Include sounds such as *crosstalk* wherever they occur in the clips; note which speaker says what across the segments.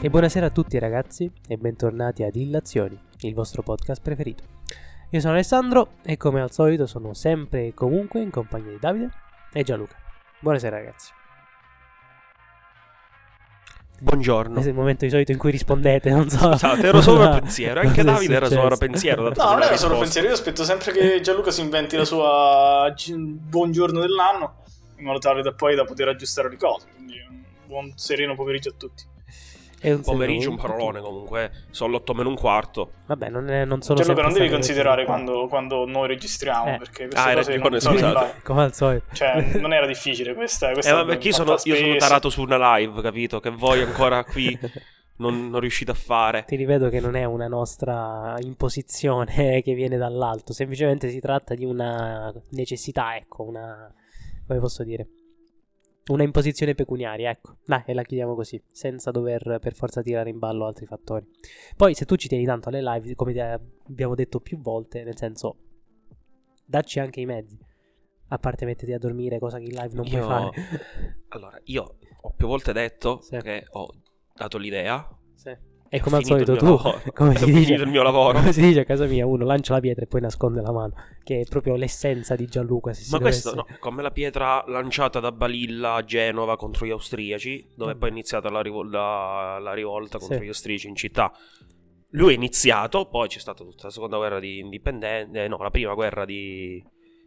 Speaker 1: E buonasera a tutti ragazzi e bentornati ad Illazioni, il vostro podcast preferito. Io sono Alessandro e come al solito sono sempre e comunque in compagnia di Davide e Gianluca. Buonasera ragazzi.
Speaker 2: Buongiorno.
Speaker 1: Questo è il momento di solito in cui rispondete, non so.
Speaker 2: *laughs* Scusate, ero
Speaker 1: *laughs*
Speaker 2: solo
Speaker 1: Cosa-
Speaker 2: pensiero.
Speaker 1: cosa
Speaker 2: Anche
Speaker 1: è
Speaker 2: Davide era
Speaker 1: successo?
Speaker 2: solo pensiero. dato
Speaker 3: No,
Speaker 2: che
Speaker 3: non era
Speaker 2: l'ha
Speaker 3: solo
Speaker 2: risposto.
Speaker 3: pensiero. Io aspetto sempre che Gianluca si inventi la sua gi- buongiorno dell'anno, in modo tale da poi da poter aggiustare le cose. Quindi un buon sereno pomeriggio a tutti.
Speaker 1: *laughs* È un
Speaker 2: Pomeriggio, un
Speaker 1: secondo.
Speaker 2: parolone comunque. Sono l'otto meno un quarto. Eh,
Speaker 1: Vabbè, non, è- non sono sempre
Speaker 3: Gianluca, non devi
Speaker 1: state
Speaker 3: considerare
Speaker 1: così.
Speaker 3: quando, quando noi registriamo,
Speaker 1: Eh.
Speaker 3: perché queste
Speaker 2: Ah, hai
Speaker 3: cose
Speaker 2: ragione,
Speaker 3: non sono in
Speaker 2: scusate.
Speaker 3: live.
Speaker 1: Come al solito.
Speaker 3: Cioè,
Speaker 1: *laughs*
Speaker 3: non era difficile questa. questa
Speaker 2: Eh, vabbè, perché io sono, io sono
Speaker 3: spesa.
Speaker 2: tarato su una live, capito? Che voi ancora Ah,
Speaker 1: *laughs*
Speaker 2: qui non, non riuscite a fare.
Speaker 1: Ti ripeto che non è una nostra imposizione *laughs* che viene dall'alto, semplicemente si tratta di una necessità, ecco, una... come posso dire? Una imposizione pecuniaria, ecco. Dai, e la chiudiamo così, senza dover per forza tirare in ballo altri fattori. Poi, se tu ci tieni tanto alle live, come ti abbiamo detto più volte, nel senso, dacci anche i mezzi. A parte metterti a dormire, cosa che in live non
Speaker 2: Io-
Speaker 1: puoi fare.
Speaker 2: Allora, io ho più volte detto
Speaker 1: Sì.
Speaker 2: che ho dato l'idea.
Speaker 1: Sì. E come al
Speaker 2: finito
Speaker 1: solito
Speaker 2: il
Speaker 1: tu,
Speaker 2: mio lavoro.
Speaker 1: *laughs* come
Speaker 2: Ho
Speaker 1: si
Speaker 2: finito
Speaker 1: dice,
Speaker 2: il mio lavoro.
Speaker 1: come si dice a casa mia, uno lancia la pietra e poi nasconde la mano, che è proprio l'essenza di Gianluca. Se si
Speaker 2: Ma questo,
Speaker 1: dovesse-
Speaker 2: no, come la pietra lanciata da Balilla a Genova contro gli austriaci, dove poi è iniziata la, rivol- la- la rivolta contro
Speaker 1: Mm. Sì.
Speaker 2: gli austriaci in città. Lui è iniziato, poi c'è stata tutta la seconda guerra di indipendenza, eh, no, la prima guerra di,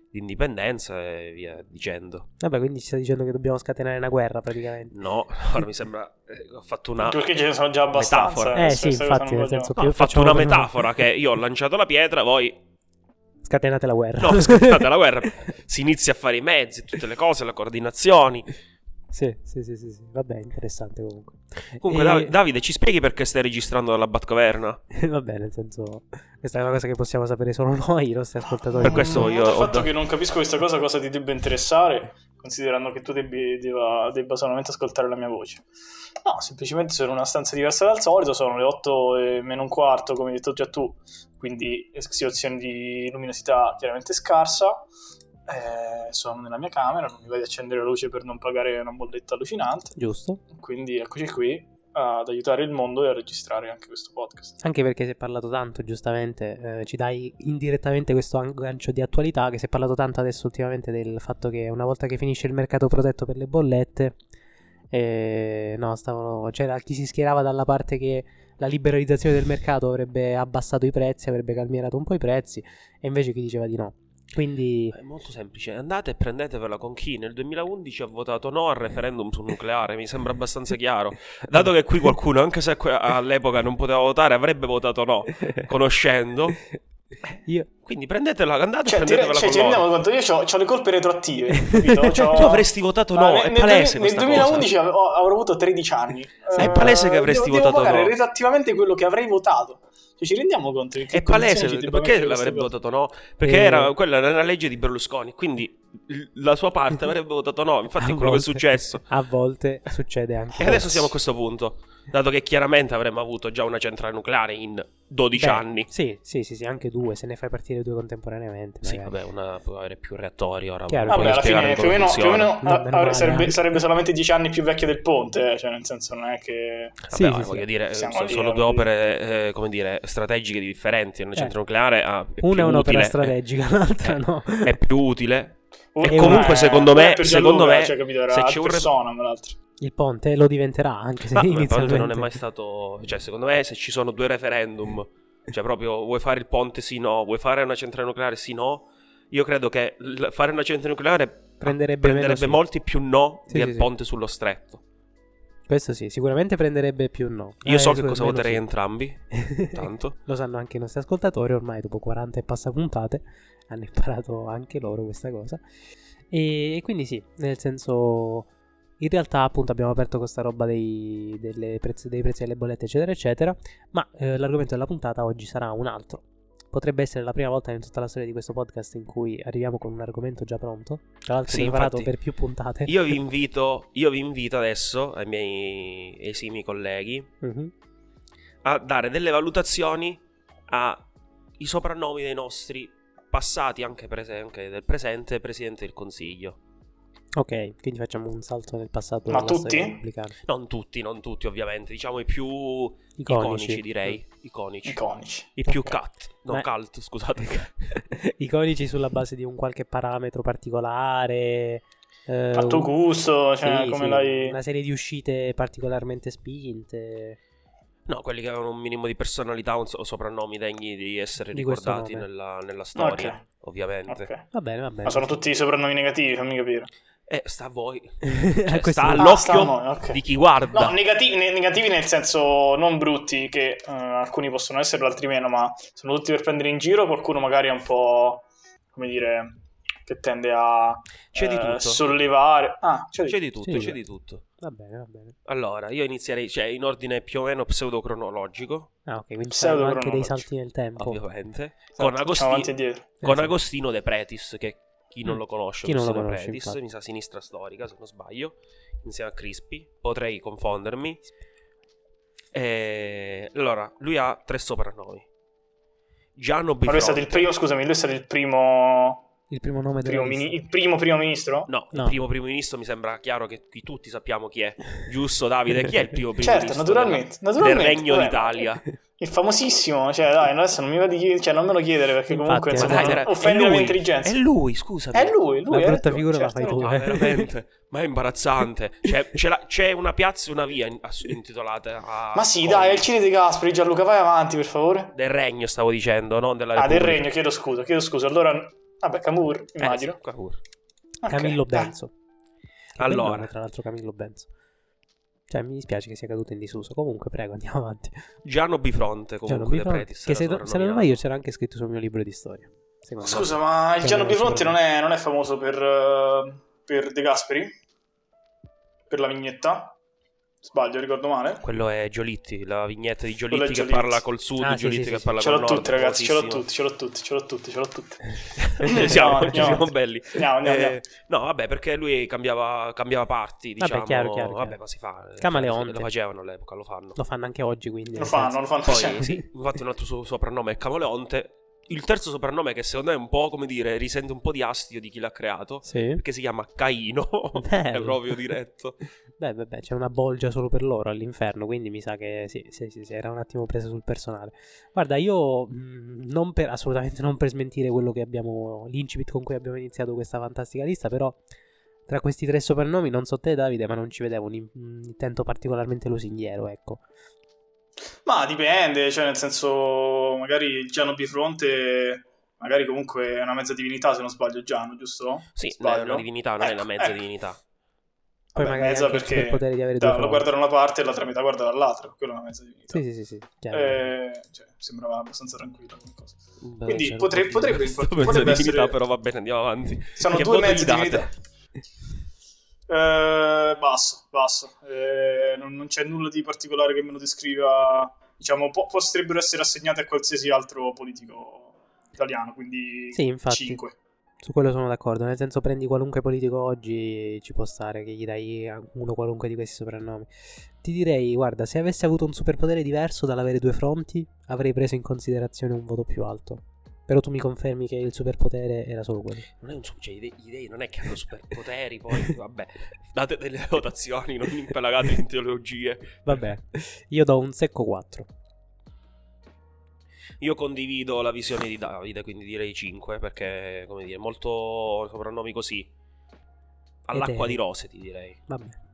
Speaker 2: di indipendenza e via dicendo.
Speaker 1: Vabbè, quindi ci sta dicendo che dobbiamo scatenare una guerra praticamente.
Speaker 2: No, *laughs* ora mi sembra, eh, ho fatto una...
Speaker 3: Perché ce ne sono già abbastanza.
Speaker 2: Metafora.
Speaker 1: Eh
Speaker 3: adesso
Speaker 1: sì,
Speaker 3: questa cosa
Speaker 1: infatti, nel
Speaker 3: non voglio-
Speaker 1: senso
Speaker 2: no,
Speaker 1: più
Speaker 2: ho fatto
Speaker 1: facciamo
Speaker 2: una
Speaker 1: una-
Speaker 2: metafora che io ho lanciato la pietra, voi
Speaker 1: Scatenate la guerra. *laughs*
Speaker 2: No, scatenate la guerra. si inizia a fare i mezzi, tutte le cose, le coordinazioni.
Speaker 1: sì, sì, sì, sì, sì. Vabbè, interessante comunque.
Speaker 2: Comunque,
Speaker 1: E-
Speaker 2: Dav- Davide, ci spieghi perché stai registrando dalla Batcaverna?
Speaker 1: *laughs* Vabbè, nel senso, questa è una cosa che possiamo sapere solo noi, i nostri ascoltatori.
Speaker 2: Per questo
Speaker 3: Mm,
Speaker 2: io
Speaker 3: oltre
Speaker 2: ho
Speaker 3: al fatto
Speaker 2: da-
Speaker 3: che non capisco questa cosa cosa ti debba interessare, considerando che tu debbi- debba, debba solamente ascoltare la mia voce. No, semplicemente sono in una stanza diversa dal solito, sono le 8 e meno un quarto, come hai detto già tu, quindi eh, situazione di luminosità chiaramente scarsa. Eh, sono nella mia camera, non mi vai di accendere la luce per non pagare una bolletta allucinante,
Speaker 1: Giusto.
Speaker 3: quindi eccoci qui ad aiutare il mondo e a registrare anche questo podcast.
Speaker 1: Anche perché si è parlato tanto, giustamente, eh, ci dai indirettamente questo aggancio di attualità, che si è parlato tanto adesso ultimamente del fatto che una volta che finisce il mercato protetto per le bollette, eh, no, stavano, c'era chi si schierava dalla parte che la liberalizzazione del mercato avrebbe abbassato i prezzi, avrebbe calmierato un po' i prezzi, e invece chi diceva di no. Quindi,
Speaker 2: Eh, È molto semplice, andate e prendetevela con chi nel 2011 ha votato no al referendum sul nucleare, mi sembra abbastanza chiaro. Dato che
Speaker 1: *laughs*
Speaker 2: qui qualcuno, anche se que- all'epoca non poteva votare, avrebbe votato no, conoscendo.
Speaker 1: io...
Speaker 2: Quindi prendetela, andate
Speaker 3: Cioè,
Speaker 2: e
Speaker 3: ti,
Speaker 2: prendetevela
Speaker 3: cioè, ci
Speaker 2: con loro.
Speaker 3: rendiamo conto, io ho le colpe retroattive,
Speaker 2: *laughs*
Speaker 3: capito? C'ho-
Speaker 2: cioè, Tu avresti votato no,
Speaker 3: Ma
Speaker 2: è
Speaker 3: nel-
Speaker 2: palese
Speaker 3: nel, nel
Speaker 2: questa
Speaker 3: 2011
Speaker 2: cosa.
Speaker 3: avevo- avrò avuto 13 anni. Eh,
Speaker 2: È palese che avresti
Speaker 3: devo,
Speaker 2: votato
Speaker 3: devo pagare
Speaker 2: no.
Speaker 3: retroattivamente quello che avrei votato. Cioè, ci rendiamo conto di che
Speaker 2: È
Speaker 3: condizioni
Speaker 2: palese,
Speaker 3: ci debba
Speaker 2: perché
Speaker 3: mettere questa
Speaker 2: l'avrebbe
Speaker 3: cosa?
Speaker 2: votato no? Perché
Speaker 1: Eh.
Speaker 2: era, quella era una legge di Berlusconi, quindi l- la sua parte avrebbe votato no, infatti
Speaker 1: a
Speaker 2: è quello che è
Speaker 1: volte-
Speaker 2: successo.
Speaker 1: A volte succede anche...
Speaker 2: E adesso siamo a questo punto, dato che chiaramente avremmo avuto già una centrale nucleare in 12
Speaker 1: Beh,
Speaker 2: anni.
Speaker 1: Sì, sì, sì, sì, anche due, se ne fai partire due contemporaneamente.
Speaker 2: Sì,
Speaker 1: magari.
Speaker 2: vabbè, una, può avere più reattori ora.
Speaker 1: Chiaro.
Speaker 2: non
Speaker 3: Vabbè, alla
Speaker 2: puoi
Speaker 3: fine
Speaker 2: spiegare
Speaker 3: più o
Speaker 2: come
Speaker 3: meno, più o
Speaker 2: funziona.
Speaker 3: meno
Speaker 1: No, meno
Speaker 3: ah,
Speaker 1: male,
Speaker 3: sarebbe,
Speaker 1: eh.
Speaker 3: sarebbe solamente 10 anni più vecchia del ponte, eh, cioè nel senso non è che...
Speaker 1: Sì,
Speaker 2: Vabbè,
Speaker 1: sì,
Speaker 2: eh,
Speaker 1: sì.
Speaker 2: voglio dire, eh,
Speaker 3: Siamo
Speaker 2: sono
Speaker 3: lì,
Speaker 2: solo
Speaker 3: eh, Certo.
Speaker 2: due
Speaker 3: voglio
Speaker 2: opere, eh, come dire, strategiche differenti. Una
Speaker 1: Eh.
Speaker 2: centrale nucleare ha è più
Speaker 1: Una è un'opera
Speaker 2: utile,
Speaker 1: strategica, *laughs* l'altra
Speaker 2: eh,
Speaker 1: no.
Speaker 2: È più utile.
Speaker 3: Oh,
Speaker 2: E
Speaker 3: eh,
Speaker 2: comunque,
Speaker 3: eh,
Speaker 2: secondo me-
Speaker 3: eh, per
Speaker 2: secondo
Speaker 3: Gianluca,
Speaker 2: me,
Speaker 3: cioè, capito,
Speaker 2: se
Speaker 3: era
Speaker 2: c'è
Speaker 3: ad
Speaker 2: un re-
Speaker 3: personam, l'altro.
Speaker 1: Il ponte lo diventerà, anche se
Speaker 2: Ma come
Speaker 1: inizialmente
Speaker 2: ponte non è mai stato. Cioè, secondo me, se ci sono due referendum, cioè proprio vuoi fare il ponte sì no, vuoi fare una centrale nucleare sì no. Io credo che l- fare una centrale nucleare
Speaker 1: Prenderebbe, meno sì.
Speaker 2: prenderebbe molti più no
Speaker 1: Sì,
Speaker 2: del
Speaker 1: sì, sì.
Speaker 2: ponte sullo stretto.
Speaker 1: Questo sì, sicuramente prenderebbe più no.
Speaker 2: Io
Speaker 1: Eh,
Speaker 2: so che
Speaker 1: sicuramente
Speaker 2: cosa
Speaker 1: meno
Speaker 2: voterei
Speaker 1: sì.
Speaker 2: entrambi. Tanto.
Speaker 1: Lo sanno anche i nostri ascoltatori, ormai dopo 40 e passa puntate hanno imparato anche loro questa cosa. E, e quindi sì, nel senso, in realtà appunto abbiamo aperto questa roba dei, delle prezzi, dei prezzi delle bollette eccetera eccetera, ma eh, l'argomento della puntata oggi sarà un altro. Potrebbe essere la prima volta in tutta la storia di questo podcast in cui arriviamo con un argomento già pronto, tra l'altro
Speaker 2: Sì,
Speaker 1: preparato
Speaker 2: infatti.
Speaker 1: per più puntate.
Speaker 2: Io vi invito, io vi invito adesso ai miei esimi colleghi
Speaker 1: Mhm.
Speaker 2: a dare delle valutazioni ai soprannomi dei nostri passati, anche, prese- anche del presente Presidente del Consiglio.
Speaker 1: Ok, quindi facciamo un salto nel passato.
Speaker 3: Ma
Speaker 1: della storia
Speaker 3: tutti?
Speaker 1: repubblicana.
Speaker 2: Non tutti, non tutti ovviamente, diciamo i più iconici,
Speaker 1: Iconici.
Speaker 2: direi, iconici.
Speaker 3: iconici.
Speaker 2: I più
Speaker 1: Ok.
Speaker 2: cat, no
Speaker 1: Beh.
Speaker 2: cult, scusate.
Speaker 1: *laughs* Iconici sulla base di un qualche parametro particolare. eh,
Speaker 3: A tuo
Speaker 1: un-
Speaker 3: gusto,
Speaker 1: sì,
Speaker 3: cioè, come
Speaker 1: sì,
Speaker 3: l'hai...
Speaker 2: Eh,
Speaker 1: Una serie di uscite particolarmente spinte.
Speaker 2: No, quelli che avevano un minimo di personalità o so- soprannomi degni di essere
Speaker 1: Di questo
Speaker 2: ricordati
Speaker 1: nome.
Speaker 2: nella, nella storia,
Speaker 3: Ok.
Speaker 2: ovviamente.
Speaker 3: Ok.
Speaker 1: Va bene, va bene.
Speaker 3: Ma
Speaker 1: *laughs*
Speaker 3: sono tutti soprannomi negativi, fammi capire.
Speaker 2: Eh, sta a voi.
Speaker 1: A questo
Speaker 2: sta
Speaker 1: punto-
Speaker 2: All'occhio
Speaker 3: Ah, sta a noi, ok.
Speaker 2: Di chi guarda.
Speaker 3: No, negati- ne- negativi nel senso non brutti, che eh, alcuni possono esserlo, altri meno, ma sono tutti per prendere in giro. Qualcuno magari è un po', come dire, che tende a
Speaker 2: C'è di
Speaker 3: eh,
Speaker 2: tutto.
Speaker 3: sollevare. Ah, c'è di
Speaker 2: C'è di tutto,
Speaker 1: Sì,
Speaker 2: c'è
Speaker 1: beh.
Speaker 2: di tutto.
Speaker 1: Va bene, va bene.
Speaker 2: Allora, io inizierei, cioè, in ordine più o meno pseudocronologico,
Speaker 1: Ah, ok, quindi saranno anche dei
Speaker 3: Pseudocronologico.
Speaker 1: salti nel tempo.
Speaker 2: ovviamente,
Speaker 3: tutto.
Speaker 2: con,
Speaker 3: Esatto,
Speaker 2: Agosti-
Speaker 3: facciamo avanti e dietro.
Speaker 2: con
Speaker 1: Esatto.
Speaker 2: Agostino De Pretis, che chi non lo conosce,
Speaker 1: Mm. Chi non lo
Speaker 2: Agostino De
Speaker 1: conosce,
Speaker 2: Pretis,
Speaker 1: infatti.
Speaker 2: mi sa sinistra storica, se non sbaglio, insieme a Crispi, potrei confondermi. E... Allora, lui ha tre soprannomi. Gianno
Speaker 3: Ma lui è
Speaker 2: Bifronte.
Speaker 3: stato il primo, scusami, lui è stato il primo,
Speaker 1: Il primo nome della
Speaker 3: primo
Speaker 1: lista.
Speaker 3: mini- il primo primo ministro?
Speaker 2: No, il
Speaker 1: No.
Speaker 2: primo primo ministro mi sembra chiaro che qui tutti sappiamo chi è. Giusto, Davide? Chi è il
Speaker 3: *laughs*
Speaker 2: primo primo
Speaker 3: certo,
Speaker 2: ministro
Speaker 3: naturalmente,
Speaker 2: della- del
Speaker 3: naturalmente.
Speaker 2: Regno
Speaker 3: vabbè. eh,
Speaker 2: d'Italia?
Speaker 3: Il famosissimo, cioè dai, adesso non mi va di chiedere, cioè non me lo chiedere perché comunque
Speaker 1: Infatti,
Speaker 3: insomma,
Speaker 1: ma dai,
Speaker 3: non-
Speaker 2: era-
Speaker 3: offende
Speaker 2: è
Speaker 3: la
Speaker 2: lui,
Speaker 3: mia intelligenza.
Speaker 2: È lui, scusami.
Speaker 3: È lui, lui
Speaker 1: La
Speaker 3: è
Speaker 1: brutta
Speaker 3: lui,
Speaker 1: figura la fai
Speaker 3: certo,
Speaker 1: tu,
Speaker 3: lui.
Speaker 2: Ma veramente, ma è imbarazzante. Cioè, c'è, la- c'è una piazza e una via in- ass- intitolata a...
Speaker 3: Ma sì, dai, è il Cine di Gasperi, Gianluca, vai avanti, per favore.
Speaker 2: Del regno, stavo dicendo, non della
Speaker 3: Ah, del
Speaker 2: Repubblica.
Speaker 3: Regno, chiedo scusa, chiedo scusa. Allora, vabbè, Camur,
Speaker 2: Eh,
Speaker 3: immagino.
Speaker 2: sì, Cavour.
Speaker 1: *laughs*
Speaker 3: Ok,
Speaker 1: Camillo
Speaker 3: dai.
Speaker 1: Benzo. Che bel
Speaker 2: Allora.
Speaker 1: nome, tra l'altro Camillo Benzo. Cioè, mi dispiace che sia caduto in disuso. Comunque, prego, andiamo avanti.
Speaker 2: Gianno Bifronte,
Speaker 1: Cioè, non
Speaker 2: comunque,
Speaker 1: mi
Speaker 2: De
Speaker 1: fa-
Speaker 2: Pretis.
Speaker 1: che
Speaker 2: era
Speaker 1: se, do- se non
Speaker 2: soprannominato.
Speaker 1: sbaglio c'era anche scritto sul mio libro di storia. Secondo me.
Speaker 3: Scusa, ma il Gianno
Speaker 1: Camillo
Speaker 3: Bifronte non
Speaker 1: sicuramente.
Speaker 3: è, non è famoso per, eh, per De Gasperi? Per la vignetta? Sbaglio, ricordo male?
Speaker 2: Quello è Giolitti, la vignetta di Giolitti
Speaker 3: Quello è
Speaker 2: che
Speaker 3: Giolitti.
Speaker 2: parla col sud,
Speaker 1: Ah, sì,
Speaker 2: Giolitti
Speaker 1: sì,
Speaker 2: che
Speaker 1: sì,
Speaker 2: parla
Speaker 3: Ce
Speaker 2: col
Speaker 3: l'ho
Speaker 2: nord.
Speaker 3: tutti, ragazzi, ce l'ho
Speaker 2: famosissimo.
Speaker 3: tutti, ce l'ho tutti, ce l'ho tutti, ce l'ho tutti.
Speaker 1: Eh, *laughs*
Speaker 2: Ci
Speaker 3: *laughs*
Speaker 2: siamo,
Speaker 3: Andiamo,
Speaker 2: ci siamo
Speaker 3: andiamo.
Speaker 2: belli.
Speaker 3: Andiamo, andiamo,
Speaker 2: Eh,
Speaker 3: andiamo.
Speaker 2: no, vabbè, perché lui cambiava, cambiava parti,
Speaker 1: Vabbè,
Speaker 2: diciamo.
Speaker 1: chiaro, chiaro, chiaro.
Speaker 2: Vabbè, ma si fa. eh,
Speaker 1: Camaleonte.
Speaker 2: Lo facevano all'epoca, lo fanno.
Speaker 1: Lo fanno anche oggi, quindi.
Speaker 3: Lo
Speaker 1: nel
Speaker 3: fanno,
Speaker 1: senso-
Speaker 3: lo fanno.
Speaker 1: Cioè,
Speaker 3: Cioè,
Speaker 2: Poi, sì, infatti un altro suo soprannome è Camaleonte. Il terzo soprannome che secondo me è un po', come dire, risente un po' di astio di chi l'ha creato,
Speaker 1: Sì.
Speaker 2: perché si chiama Caino. *laughs* è
Speaker 1: Bello.
Speaker 2: proprio diretto.
Speaker 1: Beh, beh, beh, c'è una bolgia solo per loro all'inferno, quindi mi sa che sì, sì, sì, sì, era un attimo presa sul personale. Guarda, io mh, non per, assolutamente non per smentire quello che abbiamo, l'incipit con cui abbiamo iniziato questa fantastica lista, però tra questi tre soprannomi, non so te Davide, ma non ci vedevo un, in- un intento particolarmente lusinghiero, ecco.
Speaker 3: Ma dipende, cioè nel senso, magari il Giano Bifronte, magari comunque è una mezza divinità se non sbaglio Giano, giusto?
Speaker 2: Sì, no, è
Speaker 3: sbaglio.
Speaker 2: una divinità, non è
Speaker 3: Ecco,
Speaker 2: una mezza
Speaker 3: ecco.
Speaker 2: divinità.
Speaker 1: Poi
Speaker 3: Vabbè,
Speaker 1: magari
Speaker 3: mezza
Speaker 1: anche il
Speaker 3: perché
Speaker 1: superpotere di avere due
Speaker 3: da- Cioè, lo
Speaker 1: fronti.
Speaker 3: guarda da una parte e l'altra metà guarda dall'altra, quella è una mezza divinità.
Speaker 1: Sì, sì, sì, sì, chiaro.
Speaker 3: Eh, cioè, sembrava abbastanza tranquillo come cosa.
Speaker 2: Beh,
Speaker 3: Quindi
Speaker 2: c'era
Speaker 3: potre-
Speaker 2: proprio
Speaker 3: potrebbe-
Speaker 2: questa
Speaker 3: potrebbe
Speaker 2: mezza
Speaker 3: essere-
Speaker 2: divinità, però va bene, andiamo avanti.
Speaker 3: Sono
Speaker 2: Che
Speaker 3: due
Speaker 2: voto
Speaker 3: mezze
Speaker 2: gli date?
Speaker 3: divinità. Eh, basso, basso. Eh, non, non c'è nulla di particolare che me lo descriva. Diciamo, po- potrebbero essere assegnate a qualsiasi altro politico italiano, quindi
Speaker 1: Sì, infatti.
Speaker 3: 5.
Speaker 1: Su quello sono d'accordo, nel senso prendi qualunque politico oggi ci può stare che gli dai a uno qualunque di questi soprannomi. Ti direi, guarda, se avessi avuto un superpotere diverso dall'avere due fronti, avrei preso in considerazione un voto più alto. Però tu mi confermi che il superpotere era solo quello.
Speaker 2: Non è un cioè, gli dei- gli dei non è che hanno superpoteri, poi vabbè, date delle votazioni, non impelagate in teologie. *laughs*
Speaker 1: Vabbè, io do un secco 4.
Speaker 2: Io condivido la visione di Davide, quindi direi 5, perché, come dire, molto soprannomi così. All'acqua
Speaker 1: Eterni.
Speaker 2: di rose, ti direi.
Speaker 1: Vabbè. Eh,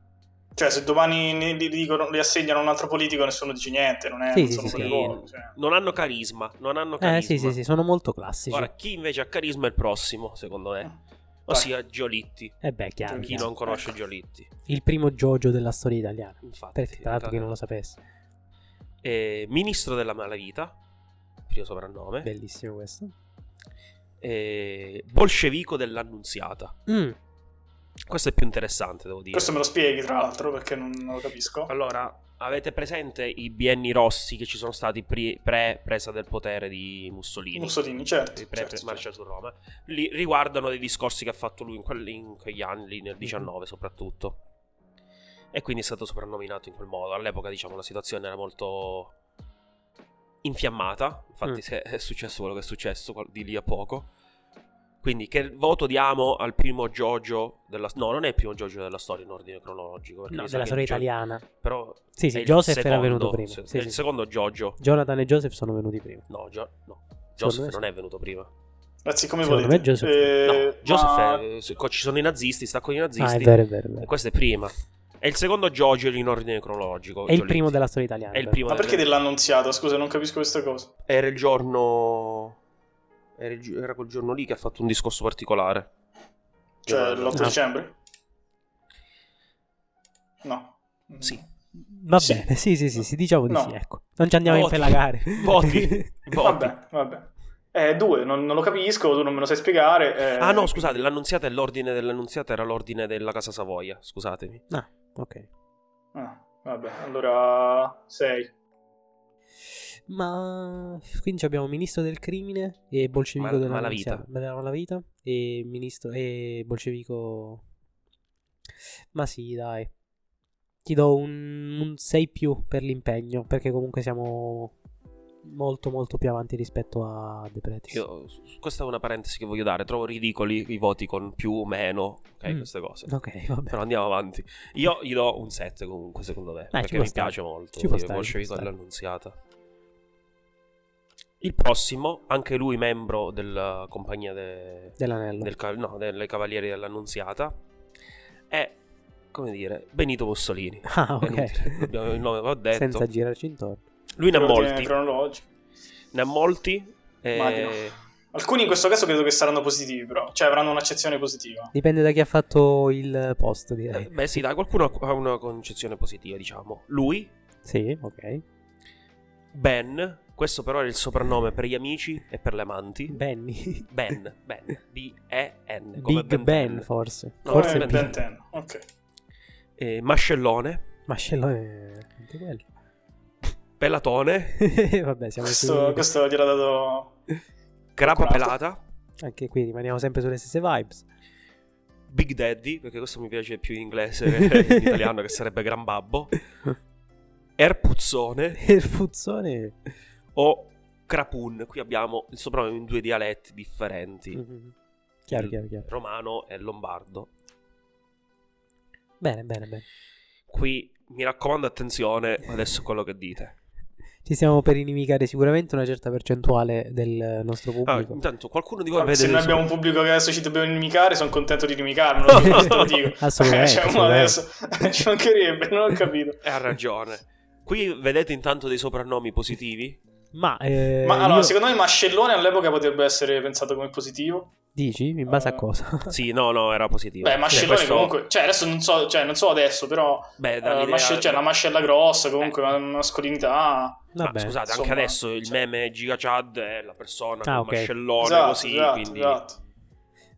Speaker 3: Cioè, se domani ne- li, dicono- li assegnano a un altro politico, nessuno dice niente. Non, è,
Speaker 1: Sì,
Speaker 3: non
Speaker 1: sì,
Speaker 3: sono
Speaker 1: sì,
Speaker 3: quelli
Speaker 1: sì.
Speaker 3: loro, cioè.
Speaker 2: Non hanno carisma, non hanno
Speaker 1: Eh
Speaker 2: carisma.
Speaker 1: sì, sì, Ah. sì, sono molto classici.
Speaker 2: Ora, chi invece ha carisma è il prossimo, secondo me. Ossia Giolitti.
Speaker 1: Eh beh, chiaro.
Speaker 2: Chi
Speaker 3: Anche.
Speaker 2: non
Speaker 1: Eh.
Speaker 2: conosce Giolitti,
Speaker 1: Il primo Jojo della storia italiana.
Speaker 2: infatti.
Speaker 1: Perché tra l'altro che non lo sapesse.
Speaker 2: Eh, ministro della malavita, primo soprannome.
Speaker 1: Bellissimo questo.
Speaker 2: Mm, Eh, bolscevico dell'annunziata.
Speaker 1: Mm,
Speaker 2: Questo è più interessante, devo dire.
Speaker 3: Questo me lo spieghi, tra l'altro, perché non, non lo capisco.
Speaker 2: Allora, avete presente i bienni rossi che ci sono stati pre- pre-presa del potere di Mussolini?
Speaker 3: Mussolini, certo.
Speaker 2: Pre-
Speaker 3: certo,
Speaker 2: marcia
Speaker 3: certo.
Speaker 2: Cioè, su Roma. Li riguardano dei discorsi che ha fatto lui in, quelli- in quegli anni, lì
Speaker 1: Mhm.
Speaker 2: nel 19 soprattutto. E quindi è stato soprannominato in quel modo. All'epoca, diciamo, la situazione era molto infiammata. Infatti,
Speaker 1: Mm.
Speaker 2: se è successo quello che è successo qual- di lì a poco. Quindi che voto diamo al primo Jojo della No, non è il primo Jojo della storia in ordine cronologico. perché
Speaker 1: No,
Speaker 2: mi sa
Speaker 1: della
Speaker 2: che
Speaker 1: storia
Speaker 2: Jojo-
Speaker 1: italiana.
Speaker 2: Però
Speaker 1: Sì, sì,
Speaker 2: è il
Speaker 1: Joseph era
Speaker 2: secondo,
Speaker 1: venuto prima.
Speaker 2: se-
Speaker 1: Sì,
Speaker 2: è
Speaker 1: sì.
Speaker 2: il secondo Jojo.
Speaker 1: Jonathan e Joseph sono venuti prima.
Speaker 2: No, Jo- no.
Speaker 1: Secondo
Speaker 2: Joseph
Speaker 1: me sì.
Speaker 2: non è venuto prima.
Speaker 3: Ragazzi, come
Speaker 1: Secondo
Speaker 3: volete.
Speaker 1: me Joseph-
Speaker 3: Eh,
Speaker 2: No, Joseph
Speaker 3: ma-
Speaker 2: è- se- co- ci sono i nazisti, sta con i nazisti.
Speaker 1: Ah, è vero, è vero. È, vero.
Speaker 2: E questo è prima. E il secondo Jojo in ordine cronologico.
Speaker 1: È il
Speaker 2: Giolitti.
Speaker 1: primo della storia italiana.
Speaker 2: È il
Speaker 1: però.
Speaker 2: primo
Speaker 3: Ma
Speaker 2: del-
Speaker 3: perché dell'annunziata? Scusa, non capisco questa cosa.
Speaker 2: Era il giorno. Era, il gi- era quel giorno lì che ha fatto un discorso particolare.
Speaker 3: Cioè,
Speaker 2: Io-
Speaker 3: l'8
Speaker 1: Ah.
Speaker 3: dicembre? No. Mm.
Speaker 2: Sì.
Speaker 1: Va
Speaker 3: Sì.
Speaker 1: bene, sì, sì, sì, sì, diciamo di
Speaker 3: No.
Speaker 1: sì, ecco. Non ci andiamo a
Speaker 2: Voti.
Speaker 1: impelagare.
Speaker 2: Voti. Voti.
Speaker 3: Vabbè, vabbè. Eh, due, non, non lo capisco, tu non me lo sai spiegare. eh,
Speaker 2: Ah no, scusate, l'annunziata e l'ordine dell'annunziata era l'ordine della Casa Savoia, scusatemi.
Speaker 1: Ah, *laughs* ok.
Speaker 3: Ah, vabbè, allora... Sei.
Speaker 1: Ma quindi abbiamo ministro del crimine e bolscevico
Speaker 2: Mal-
Speaker 1: della
Speaker 2: malavita.
Speaker 1: notizia- della malavita e ministro e bolscevico. Ma sì, dai. Ti do un, un 6 più per l'impegno, perché comunque siamo molto molto più avanti rispetto a De Pretis.
Speaker 2: Io- questa è una parentesi che voglio dare, trovo ridicoli i voti con più o meno, ok,
Speaker 1: Mm.
Speaker 2: queste cose.
Speaker 1: Ok, vabbè.
Speaker 2: Però andiamo avanti. Io gli do un 7 comunque, secondo me,
Speaker 1: Eh, può
Speaker 2: perché mi
Speaker 1: stare.
Speaker 2: piace molto
Speaker 1: Ci può stare,
Speaker 2: il
Speaker 1: ci può
Speaker 2: bolscevico
Speaker 1: stare.
Speaker 2: dell'annunziata. Il prossimo, anche lui membro della compagnia de-
Speaker 1: Dell'anello.
Speaker 2: del ca- no, delle Cavalieri dell'Annunziata, è, come dire, Benito Mussolini.
Speaker 1: Ah,
Speaker 2: È inutile,
Speaker 1: ok.
Speaker 2: *laughs* abbiamo- il nome l'ho detto.
Speaker 1: Senza girarci intorno.
Speaker 2: Lui ne ha
Speaker 3: L'ordine
Speaker 2: molti,
Speaker 3: cronologico.
Speaker 2: ne ha molti. eh, e-
Speaker 3: Immagino. Alcuni in questo caso credo che saranno positivi, però. Cioè, avranno un'accezione positiva.
Speaker 1: Dipende da chi ha fatto il post,
Speaker 2: eh,
Speaker 1: direi.
Speaker 2: Beh sì, dai, qualcuno ha- ha una concezione positiva, diciamo. Lui,
Speaker 1: Sì, ok.
Speaker 2: Ben, questo però era il soprannome per gli amici e per le amanti.
Speaker 1: Benny.
Speaker 2: Ben, Ben, B-E-N. come
Speaker 1: Big Ben, forse.
Speaker 2: No,
Speaker 1: forse
Speaker 2: eh,
Speaker 1: è
Speaker 3: Come
Speaker 1: Big
Speaker 3: Ben Ten. Ok.
Speaker 2: Eh, Mascellone,
Speaker 1: Mascellone è anche quello. *laughs*
Speaker 2: Pelatone,
Speaker 1: Vabbè, siamo
Speaker 3: Questo,
Speaker 1: su...
Speaker 3: questo gliel'ha dato...
Speaker 2: Grappa
Speaker 3: Curato.
Speaker 2: Pelata,
Speaker 1: Anche qui rimaniamo sempre sulle stesse vibes. *laughs*
Speaker 2: Big Daddy, perché questo mi piace più in inglese
Speaker 1: *laughs*
Speaker 2: che in italiano, che sarebbe Gran Babbo, Erpuzzone
Speaker 1: Il fuzzone...
Speaker 2: o Crapun. Qui abbiamo il soprannome in due dialetti differenti.
Speaker 1: Mhm. Chiaro,
Speaker 2: Mm.
Speaker 1: chiaro, chiaro.
Speaker 2: romano e lombardo.
Speaker 1: Bene, bene, bene.
Speaker 2: Qui mi raccomando, attenzione adesso a quello che dite.
Speaker 1: Ci stiamo per inimicare sicuramente una certa percentuale del nostro
Speaker 2: Ah,
Speaker 1: pubblico.
Speaker 2: intanto, qualcuno di voi
Speaker 3: Vabbè,
Speaker 2: vede
Speaker 3: se noi
Speaker 2: dei
Speaker 3: abbiamo
Speaker 2: sopra-
Speaker 3: un pubblico che adesso ci dobbiamo inimicare, sono contento di inimicarlo. Non
Speaker 1: *laughs*
Speaker 3: lo dico. *laughs*
Speaker 1: Assolutamente,
Speaker 3: Cioè, mo
Speaker 1: assolutamente.
Speaker 3: adesso *laughs* ci mancherebbe, non ho capito.
Speaker 2: Eh, Ha ragione. Qui vedete intanto dei soprannomi positivi?
Speaker 1: Ma, eh,
Speaker 3: Ma allora,
Speaker 1: io-
Speaker 3: secondo me Mascellone all'epoca potrebbe essere pensato come positivo.
Speaker 1: dici in base a
Speaker 3: Eh,
Speaker 1: cosa?
Speaker 2: Sì, no, no, era positivo.
Speaker 3: Beh,
Speaker 2: Sì,
Speaker 3: Mascellone
Speaker 2: questo-
Speaker 3: comunque. Cioè, adesso non so, cioè, non so adesso, però.
Speaker 2: Beh,
Speaker 3: eh,
Speaker 2: dall'idea-
Speaker 3: masce- cioè, una mascella grossa, comunque,
Speaker 2: Eh.
Speaker 3: una mascolinità.
Speaker 2: Ma
Speaker 1: Vabbè.
Speaker 2: scusate, anche
Speaker 3: Insomma,
Speaker 2: adesso il
Speaker 3: cioè-
Speaker 2: meme Giga Chad è la persona
Speaker 1: Ah,
Speaker 2: con
Speaker 1: ok.
Speaker 2: mascellone
Speaker 3: esatto,
Speaker 2: così,
Speaker 3: esatto,
Speaker 2: quindi
Speaker 3: esatto.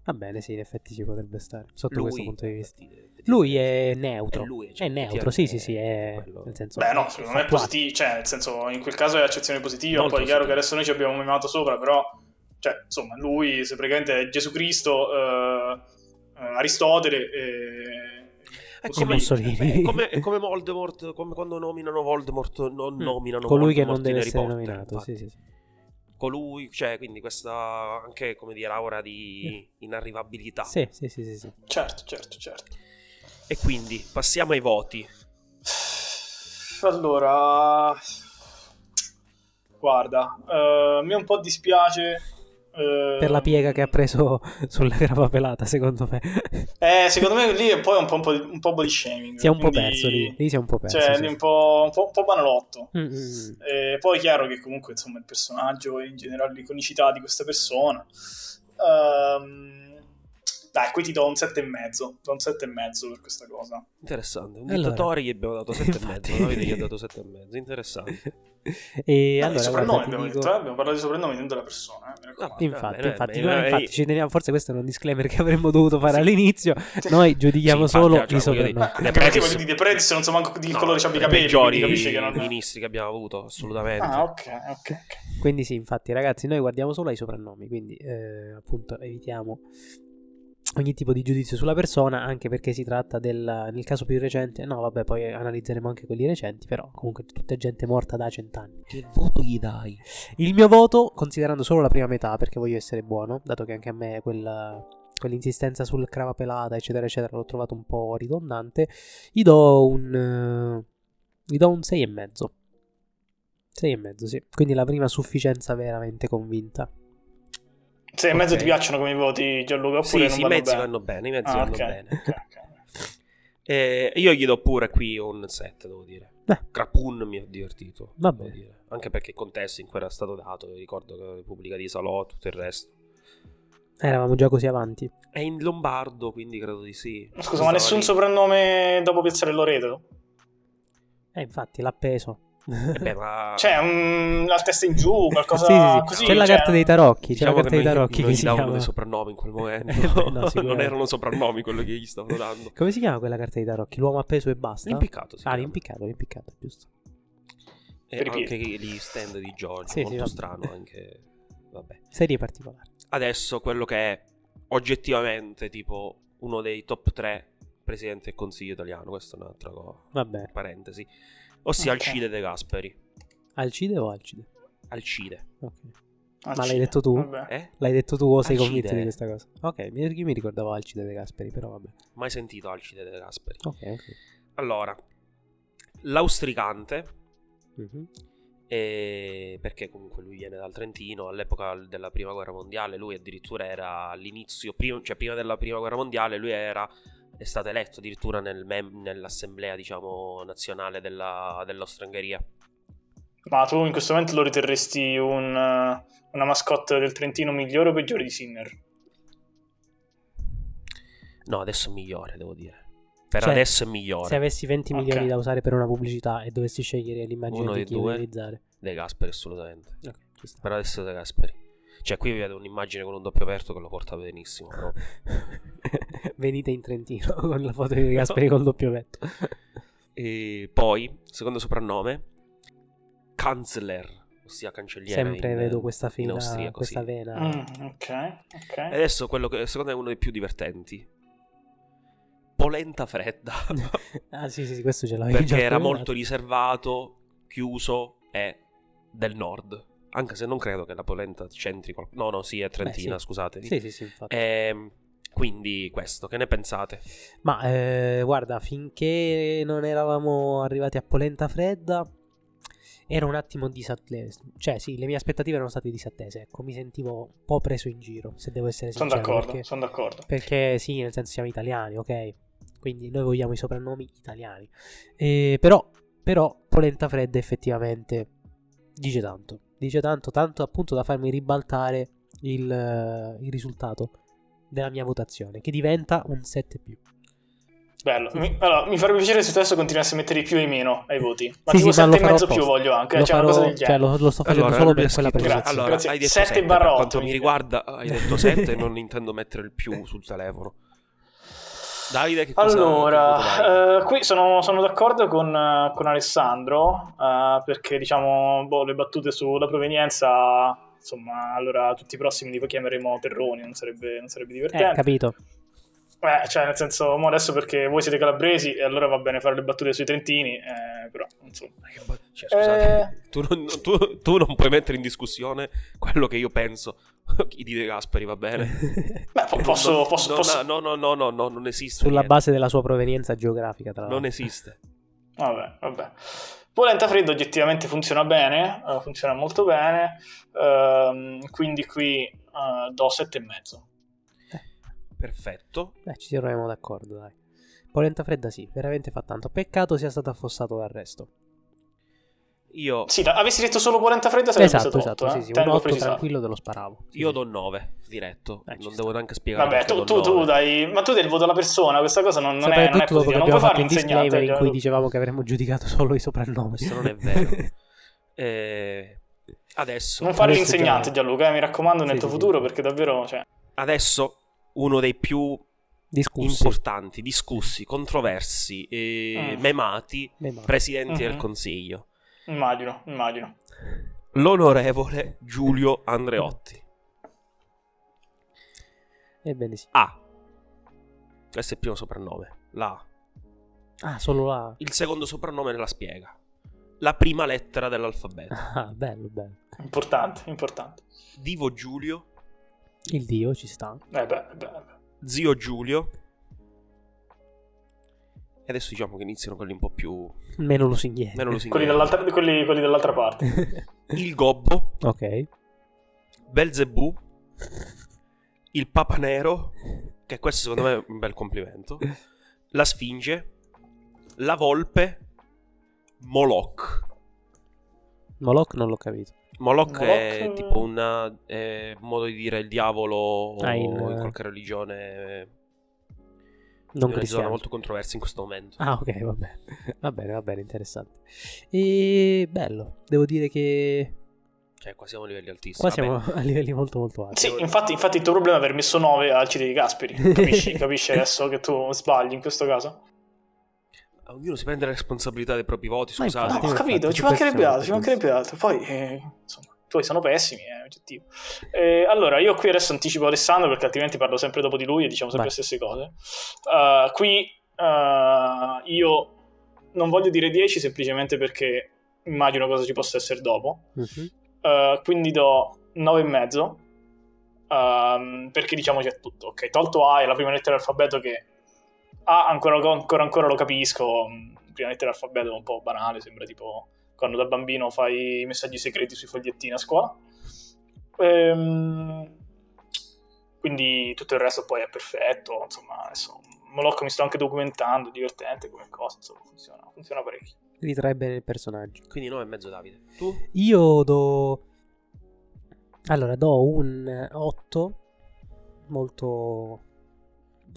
Speaker 1: Va bene, sì, in effetti ci potrebbe stare, sotto
Speaker 2: lui...
Speaker 1: questo punto di vista. Lui è neutro.
Speaker 2: È lui,
Speaker 1: è
Speaker 2: cioè,
Speaker 1: neutro, sì, sì, sì,
Speaker 2: effettivamente,
Speaker 1: è...
Speaker 2: quello-
Speaker 1: nel senso...
Speaker 3: Beh, no, secondo me è
Speaker 1: fattuale.
Speaker 3: positivo. Cioè, nel senso, in quel caso è accezione positiva.
Speaker 2: Molto
Speaker 3: poi è chiaro
Speaker 2: positivo.
Speaker 3: che adesso noi ci abbiamo memato sopra, però. Cioè, insomma, lui, se praticamente è Gesù Cristo, eh, eh, Aristotele. eh,
Speaker 2: È
Speaker 1: Sì,
Speaker 2: come,
Speaker 1: Mussolini.
Speaker 2: è come- è come Voldemort, come quando nominano Voldemort, non
Speaker 1: Mm.
Speaker 2: nominano
Speaker 1: Colui che non
Speaker 2: Voldemort
Speaker 1: deve
Speaker 2: in Harry
Speaker 1: essere
Speaker 2: Potter,
Speaker 1: nominato,
Speaker 2: infatti.
Speaker 1: sì, sì, sì.
Speaker 2: colui, cioè quindi questa anche come dire aura di inarrivabilità.
Speaker 1: Sì, sì, sì, sì, sì.
Speaker 3: Certo, certo, certo.
Speaker 2: E quindi passiamo ai voti.
Speaker 3: Allora, guarda, eh, mi un po' dispiace. eh,
Speaker 1: Per
Speaker 2: Ehm,
Speaker 1: la piega che ha preso *laughs* sulla grava pelata, secondo me.
Speaker 3: Eh, secondo me lì è poi un po', un po', di- un po body shaming.
Speaker 1: si è un po'
Speaker 3: quindi-
Speaker 1: perso lì, lì si è un po' perso.
Speaker 3: Cioè,
Speaker 1: sì,
Speaker 3: lì
Speaker 1: sì.
Speaker 3: un po', un po', un po' banalotto.
Speaker 1: Mm, mm, mm.
Speaker 3: Eh, poi è chiaro che comunque insomma il personaggio e in generale l'iconicità di questa persona. Ehm, dai, qui ti do un 7,5. Do un 7,5 per questa cosa.
Speaker 2: Interessante, un
Speaker 1: Allora.
Speaker 2: dittatore gli abbiamo dato 7 e mezzo,
Speaker 1: Infatti.
Speaker 2: Davide gli ha dato 7 e mezzo, interessante.
Speaker 1: E
Speaker 3: Vabbè,
Speaker 1: allora,
Speaker 3: soprannomi
Speaker 1: guarda, ti
Speaker 3: abbiamo
Speaker 1: dico...
Speaker 3: detto, eh, abbiamo parlato di soprannomi, non della persona. eh, mi raccomando.
Speaker 2: Ah,
Speaker 1: Infatti,
Speaker 2: Vabbè,
Speaker 1: infatti,
Speaker 2: eh,
Speaker 1: noi,
Speaker 2: eh,
Speaker 1: infatti,
Speaker 2: eh,
Speaker 1: ci teniamo, forse questo era un disclaimer che avremmo dovuto fare
Speaker 3: Sì.
Speaker 1: all'inizio. Noi giudichiamo
Speaker 2: Sì, infatti,
Speaker 1: solo
Speaker 2: cioè,
Speaker 1: i
Speaker 2: voglio
Speaker 1: soprannomi.
Speaker 2: dire,
Speaker 3: Ma
Speaker 2: Le
Speaker 3: anche perché
Speaker 2: Pretis-
Speaker 3: voglio dire, Predis non so manco di che
Speaker 2: No,
Speaker 3: colore c'hanno i
Speaker 2: tra
Speaker 3: capelli,
Speaker 2: peggiori
Speaker 3: quindi capisci che non...
Speaker 2: ministri che abbiamo avuto, assolutamente.
Speaker 3: Ah, ok, ok, ok.
Speaker 1: Quindi sì, infatti, ragazzi, noi guardiamo solo ai soprannomi, quindi eh, appunto evitiamo ogni tipo di giudizio sulla persona, anche perché si tratta del nel caso più recente, no, vabbè, poi analizzeremo anche quelli recenti, però comunque tutta gente morta da cent'anni.
Speaker 4: Che voto gli dai?
Speaker 1: Il mio voto, considerando solo la prima metà, perché voglio essere buono, dato che anche a me quel- quell'insistenza sul crava pelata, eccetera, eccetera, l'ho trovato un po' ridondante, gli do un eh, gli do un 6,5. 6,5, sì. Quindi la prima sufficienza veramente convinta.
Speaker 3: Se in mezzo
Speaker 2: Ok.
Speaker 3: ti piacciono come i voti Gianluca oppure
Speaker 2: Sì,
Speaker 3: non
Speaker 2: sì, i
Speaker 3: vanno
Speaker 2: mezzi
Speaker 3: bene?
Speaker 2: vanno bene, i mezzi
Speaker 3: Ah,
Speaker 2: vanno
Speaker 3: ok.
Speaker 2: bene.
Speaker 3: ok, ok.
Speaker 2: Eh, io gli do pure qui un 7, devo dire.
Speaker 1: Beh.
Speaker 2: Crapun mi ha divertito.
Speaker 1: Va
Speaker 2: devo
Speaker 1: bene.
Speaker 2: dire. Anche perché il contesto in cui era stato dato, ricordo che la Repubblica di Salò, tutto il resto.
Speaker 1: Eravamo già così avanti.
Speaker 2: È in lombardo, quindi credo di sì.
Speaker 3: Scusa, ma
Speaker 2: Stava
Speaker 3: nessun
Speaker 2: lì.
Speaker 3: soprannome dopo Piazzale Loreto?
Speaker 1: Eh, infatti, l'ha peso.
Speaker 2: Eh beh, ma...
Speaker 3: Cioè, un... la testa in giù, Uh, qualcosa
Speaker 1: *laughs* Sì, sì, sì.
Speaker 3: così.
Speaker 1: c'è la
Speaker 3: cioè-
Speaker 1: carta dei tarocchi. C'è
Speaker 2: Diciamo
Speaker 1: la carta
Speaker 2: che
Speaker 1: dei
Speaker 2: non-
Speaker 1: tarocchi
Speaker 2: non
Speaker 1: che
Speaker 2: gli
Speaker 1: si
Speaker 2: davano
Speaker 1: chiama.
Speaker 2: dei soprannomi
Speaker 1: *laughs*
Speaker 2: in quel momento.
Speaker 1: Eh, beh, no,
Speaker 2: *laughs* non
Speaker 1: sicuramente.
Speaker 2: erano soprannomi quello che gli stavano dando.
Speaker 1: Come si chiama quella carta dei tarocchi? L'uomo appeso e basta.
Speaker 2: L'impiccato, sì.
Speaker 1: Ah, l'impiccato, l'impiccato, giusto.
Speaker 2: E
Speaker 3: Per i
Speaker 2: anche
Speaker 3: piedi.
Speaker 2: gli stand di Giorgio,
Speaker 1: Sì, sì,
Speaker 2: molto
Speaker 1: vabbè.
Speaker 2: strano anche. Vabbè.
Speaker 1: Serie particolare.
Speaker 2: adesso quello che è oggettivamente tipo uno dei top 3 presidente del consiglio italiano, questa è un'altra cosa,
Speaker 1: Vabbè,
Speaker 2: parentesi, ossia
Speaker 3: Ok.
Speaker 2: Alcide De Gasperi.
Speaker 1: Alcide o Alcide?
Speaker 2: Alcide,
Speaker 1: Ok.
Speaker 3: Ah,
Speaker 1: Ma l'hai
Speaker 3: sì.
Speaker 1: detto tu?
Speaker 3: Vabbè.
Speaker 2: eh?
Speaker 1: L'hai detto tu o sei
Speaker 2: Alcide.
Speaker 1: convinto di questa cosa? Ok, mi- io mi ricordavo Alcide De Gasperi, però vabbè.
Speaker 2: Mai sentito Alcide De Gasperi.
Speaker 1: Ok, ok.
Speaker 2: Allora, l'austricante,
Speaker 1: Mhm.
Speaker 2: eh, perché comunque lui viene dal Trentino, all'epoca della Prima Guerra Mondiale, lui addirittura era all'inizio, prima- cioè prima della Prima Guerra Mondiale, lui era è stato eletto addirittura nel mem- nell'assemblea diciamo nazionale della, dell'Austria-Ungheria.
Speaker 3: Ma tu in questo momento lo riterresti un, eh, una mascotte del Trentino migliore o peggiore di Sinner?
Speaker 2: No, adesso è migliore, devo dire. Per
Speaker 1: Cioè,
Speaker 2: adesso è migliore.
Speaker 1: Se avessi 20
Speaker 3: Ok.
Speaker 1: milioni da usare per una pubblicità e dovessi scegliere l'immagine
Speaker 2: Uno
Speaker 1: di
Speaker 2: dei
Speaker 1: chi
Speaker 2: due.
Speaker 1: utilizzare,
Speaker 2: De Gasperi, assolutamente.
Speaker 1: ok, ci sta.
Speaker 2: Per adesso De Gasperi. Cioè, qui vedo un'immagine con un doppio aperto che lo porta benissimo. però.
Speaker 1: *laughs* Venite in Trentino con la foto di De Gasperi col doppio petto.
Speaker 2: E poi, secondo soprannome, Kanzler, ossia cancelliere.
Speaker 1: Sempre
Speaker 2: in-
Speaker 1: vedo questa
Speaker 2: in
Speaker 1: fila,
Speaker 2: austriaco,
Speaker 1: questa
Speaker 2: sì.
Speaker 1: vena.
Speaker 3: Mm, ok, ok.
Speaker 1: Eh?
Speaker 2: E Adesso quello che secondo me è uno dei più divertenti.
Speaker 1: *laughs*
Speaker 2: Polenta fredda. *laughs*
Speaker 1: Ah, sì, sì, sì, questo ce l'avevi già
Speaker 2: perché era
Speaker 1: accennato.
Speaker 2: molto riservato, chiuso e del nord. Anche se non credo che la polenta c'entri qualcosa. No, no, sì, è trentina,
Speaker 1: Beh, sì.
Speaker 2: scusate.
Speaker 1: Sì, sì, sì, infatti.
Speaker 2: Ehm, quindi questo, che ne pensate?
Speaker 1: Ma eh, guarda, finché non eravamo arrivati a Polenta Fredda, era un attimo disattesa. Cioè, sì, le mie aspettative erano state disattese. Ecco, mi sentivo un po' preso in giro, se devo essere
Speaker 3: Sono
Speaker 1: sincero.
Speaker 3: d'accordo,
Speaker 1: cioè, Perché,
Speaker 3: sono d'accordo.
Speaker 1: perché sì, nel senso siamo italiani, ok? Quindi noi vogliamo i soprannomi italiani. Eh, però, però, Polenta Fredda effettivamente dice tanto. Dice tanto, tanto appunto da farmi ribaltare il, eh, il risultato della mia votazione, che diventa un 7 più.
Speaker 3: Bello.
Speaker 1: Sì,
Speaker 3: Mi,
Speaker 1: sì.
Speaker 3: allora, mi farebbe piacere se tu adesso continuassi a mettere i più e i meno ai voti. Ma
Speaker 1: Sì,
Speaker 3: tipo
Speaker 1: sì, ma lo
Speaker 3: 7 e
Speaker 1: farò
Speaker 3: mezzo più
Speaker 1: apposta.
Speaker 3: voglio anche.
Speaker 1: lo,
Speaker 3: cioè, una cosa
Speaker 1: farò-
Speaker 3: del
Speaker 1: cioè,
Speaker 3: genere.
Speaker 1: lo, lo sto facendo solo
Speaker 2: lui
Speaker 1: per
Speaker 2: ha
Speaker 1: quella
Speaker 2: scritto-
Speaker 1: precisazione.
Speaker 2: allora,
Speaker 3: Grazie.
Speaker 2: hai detto
Speaker 3: Sette
Speaker 2: 7,
Speaker 3: barra
Speaker 2: per
Speaker 3: otto,
Speaker 2: quanto
Speaker 3: mi
Speaker 2: mi
Speaker 3: dica.
Speaker 2: riguarda hai detto 7 e non intendo mettere
Speaker 1: *laughs*
Speaker 2: il più sul telefono. Davide, che cosa che voto dai?
Speaker 3: Allora, eh, qui sono, sono d'accordo con, eh, con Alessandro eh, perché diciamo boh, le battute sulla provenienza, insomma, allora tutti i prossimi li chiameremo Terroni, non sarebbe, non sarebbe
Speaker 1: Eh,
Speaker 3: divertente.
Speaker 1: capito.
Speaker 3: Eh, cioè, nel senso, mo adesso perché voi siete calabresi e allora va bene fare le battute sui trentini, eh, però insomma.
Speaker 2: Cioè, scusate,
Speaker 3: Eh.
Speaker 2: *laughs* tu, non, tu- tu non puoi mettere in discussione quello che io penso *laughs* di De Gasperi, va bene?
Speaker 3: *laughs* Beh, po- posso,
Speaker 2: Non-
Speaker 3: posso-
Speaker 2: non-
Speaker 3: posso-
Speaker 2: No, no, no, no, no, non esiste.
Speaker 1: Sulla
Speaker 2: niente.
Speaker 1: base della sua provenienza geografica, tra l'altro.
Speaker 2: Non esiste.
Speaker 3: Vabbè, vabbè. Polenta fredda oggettivamente funziona bene, eh, funziona molto bene, ehm, quindi qui eh, do 7,5.
Speaker 2: Perfetto.
Speaker 1: Beh, Eh, ci troviamo d'accordo, dai. Polenta fredda sì, veramente fa tanto. Peccato sia stato affossato dal resto.
Speaker 2: Io,
Speaker 3: Sì, da- avessi detto solo polenta fredda sarebbe
Speaker 1: esatto,
Speaker 3: stato
Speaker 1: esatto,
Speaker 3: 8,
Speaker 1: sì,
Speaker 3: eh.
Speaker 1: sì.
Speaker 3: Tengo
Speaker 1: Un
Speaker 3: a
Speaker 1: 8
Speaker 3: precisare.
Speaker 1: tranquillo te lo sparavo. Sì,
Speaker 2: io
Speaker 1: sì.
Speaker 2: do 9 diretto.
Speaker 1: Eh, ci
Speaker 2: non
Speaker 1: sta.
Speaker 2: devo neanche spiegare.
Speaker 3: Vabbè,
Speaker 2: perché
Speaker 3: tu,
Speaker 2: do
Speaker 3: tu, tu
Speaker 2: nove.
Speaker 3: dai, ma tu dai il voto alla persona, questa cosa non, non è, non è
Speaker 1: Soprattutto dopo
Speaker 3: positiva,
Speaker 1: che
Speaker 3: non
Speaker 1: abbiamo
Speaker 3: puoi
Speaker 1: fatto
Speaker 3: farlo
Speaker 1: il disclaimer
Speaker 3: insegnante.
Speaker 1: in cui dicevamo che avremmo giudicato solo i soprannome.
Speaker 2: Questo non è vero.
Speaker 3: *laughs*
Speaker 2: Eh, adesso,
Speaker 3: Non fare
Speaker 1: Adesso
Speaker 3: l'insegnante
Speaker 1: già-
Speaker 3: Gianluca, eh, mi raccomando nel
Speaker 1: Sì,
Speaker 3: tuo
Speaker 1: sì, sì.
Speaker 3: futuro perché davvero, cioè,
Speaker 2: adesso uno dei più
Speaker 1: *laughs* Discussi.
Speaker 2: importanti, discussi, controversi, eh,
Speaker 3: Mm.
Speaker 2: memati
Speaker 1: Beh, ma-
Speaker 2: presidenti del
Speaker 3: Mhm.
Speaker 2: Consiglio.
Speaker 3: immagino, immagino.
Speaker 2: L'onorevole Giulio Andreotti.
Speaker 1: Ebbene sì.
Speaker 2: A. Questo è il primo soprannome. La.
Speaker 1: Ah, solo là.
Speaker 2: Il secondo soprannome la spiega. La prima lettera dell'alfabeto.
Speaker 1: Ah, bello, bello.
Speaker 3: Importante, importante.
Speaker 2: Divo Giulio,
Speaker 1: Il dio ci sta.
Speaker 3: Eh beh, beh, beh.
Speaker 2: zio Giulio. E adesso diciamo che iniziano quelli un po' più...
Speaker 1: Meno lusinghieri. *laughs*
Speaker 2: Meno
Speaker 3: Quelli,
Speaker 2: lusinghieri.
Speaker 3: dall'altra, quelli, quelli dall'altra parte.
Speaker 2: Il Gobbo,
Speaker 1: ok.
Speaker 2: Belzebù, il Papa Nero, che questo secondo me è un bel complimento, la Sfinge, la Volpe, Moloch.
Speaker 1: Moloch non l'ho capito.
Speaker 2: Moloch,
Speaker 3: Moloch
Speaker 2: è
Speaker 1: eh,
Speaker 3: è-
Speaker 2: tipo una- è un modo di dire il diavolo
Speaker 1: Ah, in-
Speaker 2: in qualche religione è
Speaker 1: Non
Speaker 2: una zona
Speaker 1: cristiano.
Speaker 2: molto controversa in questo momento.
Speaker 1: Ah, ok, va bene. Va bene, va bene, interessante. E bello. Devo dire che
Speaker 2: Cioè, qua siamo a livelli altissimi.
Speaker 1: qua
Speaker 2: Vabbè.
Speaker 1: siamo a livelli molto molto alti.
Speaker 3: Sì, infatti, infatti il tuo problema è aver messo 9 al CD
Speaker 1: *laughs*
Speaker 3: di Gasperi. Capisci, capisci adesso che tu sbagli in questo caso?
Speaker 2: Ognuno si prende la responsabilità dei propri voti,
Speaker 1: Ma
Speaker 2: scusate.
Speaker 3: No,
Speaker 1: infatti,
Speaker 3: Ah, ho capito,
Speaker 1: infatti,
Speaker 3: ci mancherebbe
Speaker 1: questo-
Speaker 3: altro, ci mancherebbe altro. Poi, eh, insomma, i tuoi sono pessimi, è oggettivo. Eh, allora, io qui adesso anticipo Alessandro perché altrimenti parlo sempre dopo di lui e diciamo sempre
Speaker 1: Vai.
Speaker 3: le stesse cose. Eh, qui eh, io non voglio dire 10 semplicemente perché immagino cosa ci possa essere dopo.
Speaker 1: Mhm.
Speaker 3: Eh, quindi do 9 e mezzo. ehm, perché diciamo c'è tutto, ok? Tolto A è la prima lettera dell'alfabeto che A ancora, ancora, ancora lo capisco. mh, Prima lettera dell'alfabeto è un po' banale, sembra tipo quando da bambino fai i messaggi segreti sui fogliettini a scuola. Ehm, quindi tutto il resto poi è perfetto. Insomma, adesso Molocco mi sto anche documentando, divertente come cosa, insomma, funziona, funziona parecchio.
Speaker 1: Ritrae bene il personaggio.
Speaker 2: Quindi 9 e mezzo Davide. Tu?
Speaker 1: Io do Allora, do un 8 molto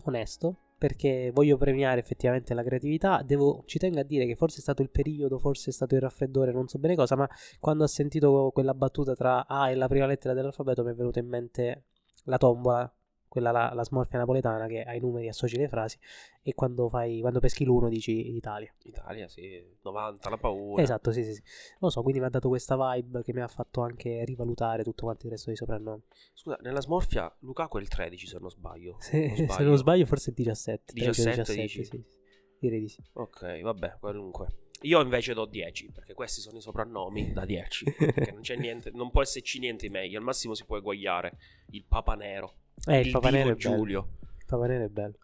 Speaker 1: onesto perché voglio premiare effettivamente la creatività. Devo, ci tengo a dire che forse è stato il periodo, forse è stato il raffreddore, non so bene cosa, ma quando ho sentito quella battuta tra A e la prima lettera dell'alfabeto mi è venuta in mente la tombola, quella la, la smorfia napoletana che ai numeri associ le frasi e quando, fai, quando peschi l'uno dici Italia.
Speaker 2: Italia, sì. 90, la paura.
Speaker 1: Esatto, sì, sì, sì. Lo so, quindi mi ha dato questa vibe che mi ha fatto anche rivalutare tutto quanto il resto dei soprannomi.
Speaker 2: Scusa, nella smorfia Lukaku è il 13 se non sbaglio.
Speaker 1: *laughs* Se, se non sbaglio, forse è 17.
Speaker 2: 17,
Speaker 1: 13 o 17
Speaker 2: dici?
Speaker 1: sì, sì. Direi di sì.
Speaker 2: Ok, vabbè, qualunque. Io invece do 10, perché questi sono i soprannomi
Speaker 1: *laughs*
Speaker 2: da 10. perché non c'è niente, non può esserci niente meglio. Al massimo si può eguagliare il Papa Nero,
Speaker 1: Eh, il,
Speaker 2: il
Speaker 1: Papa Nero
Speaker 2: Divo
Speaker 1: è bello.
Speaker 2: Giulio.
Speaker 1: Il Papa Nero è bello.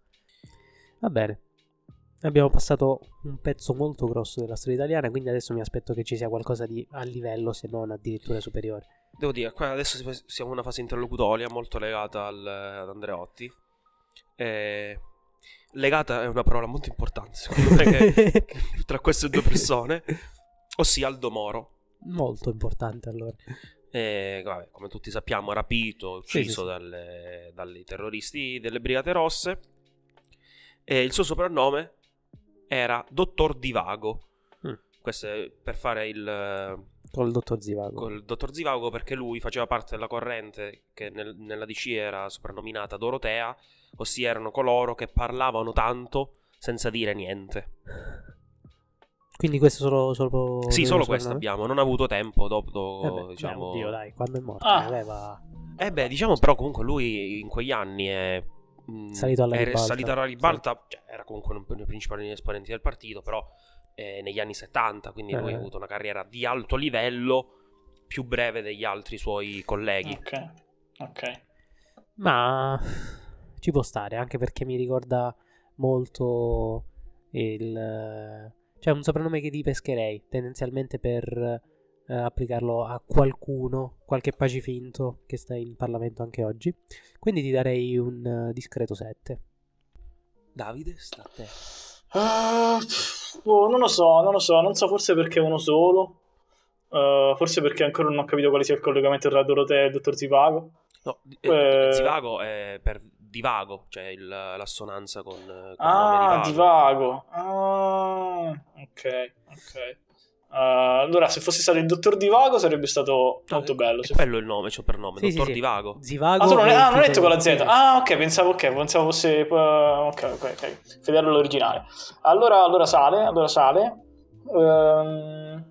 Speaker 1: Va bene. Abbiamo passato un pezzo molto grosso della storia italiana, quindi adesso mi aspetto che ci sia qualcosa di a livello, se non addirittura superiore.
Speaker 2: Devo dire, qua adesso si- siamo in una fase interlocutoria molto legata al- ad Andreotti. Eh, legata è una parola molto importante, secondo me, che-
Speaker 1: *laughs*
Speaker 2: che- tra queste due persone, ossia Aldo Moro.
Speaker 1: Molto importante allora.
Speaker 2: Eh, vabbè, come tutti sappiamo, rapito,
Speaker 1: Sì,
Speaker 2: ucciso
Speaker 1: sì, sì.
Speaker 2: dalle- dai terroristi delle Brigate Rosse. E il suo soprannome era Dottor Divago.
Speaker 1: Mm.
Speaker 2: Questo è per fare il,
Speaker 1: Col dottor Zivago.
Speaker 2: col dottor Zivago perché lui faceva parte della corrente che nel- nella DC era soprannominata Dorotea, ossia erano coloro che parlavano tanto senza dire niente.
Speaker 1: Quindi questo solo... solo
Speaker 2: sì,
Speaker 1: lo
Speaker 2: solo
Speaker 1: soprannomi?
Speaker 2: questo abbiamo, non ha avuto tempo dopo,
Speaker 1: Eh beh, beh,
Speaker 2: diciamo...
Speaker 1: oddio, dai, quando è morto?
Speaker 3: Ah.
Speaker 1: Aveva...
Speaker 2: Eh beh, diciamo però comunque lui in quegli anni è mh,
Speaker 1: Salito alla
Speaker 2: è
Speaker 1: ribalta.
Speaker 2: salito alla ribalta, cioè, era comunque uno dei principali esponenti del partito, però eh, negli anni 70, quindi lui
Speaker 1: Eh.
Speaker 2: ha avuto una carriera di alto livello, più breve degli altri suoi colleghi.
Speaker 1: Eh.
Speaker 3: Ok, ok.
Speaker 1: Ma ci può stare, anche perché mi ricorda molto il... Cioè un soprannome che ti pescherei, tendenzialmente per eh, applicarlo a qualcuno, qualche pacifinto che sta in Parlamento anche oggi. Quindi ti darei un eh, discreto 7.
Speaker 2: Davide, sta a te.
Speaker 3: Ah, boh, non lo so, non lo so, non so forse perché uno solo. Eh, forse perché ancora non ho capito quale sia il collegamento tra Dorotea e il dottor Zivago.
Speaker 2: No, eh,
Speaker 3: Eh.
Speaker 2: Zivago è per divago, cioè il- l'assonanza con, eh, col
Speaker 3: Ah,
Speaker 2: nome di Vago.
Speaker 3: Divago. Ah, ok, ok. Eh, allora, se fosse stato il dottor Divago sarebbe stato molto
Speaker 2: è-
Speaker 3: bello.
Speaker 2: Eh, è
Speaker 3: se-
Speaker 2: quello il nome, cioè per nome,
Speaker 1: Sì, sì,
Speaker 2: Dottor
Speaker 1: sì.
Speaker 2: Divago.
Speaker 1: Zivago...
Speaker 3: Ah, tu non,
Speaker 1: è
Speaker 3: ah,
Speaker 1: il
Speaker 3: non hai detto con
Speaker 1: titolo-
Speaker 3: la Z. Ah, ok, pensavo, ok, pensavo fosse. eh, ok, ok, ok. Federlo l'originale. Allora, allora sale, allora sale. Ehm,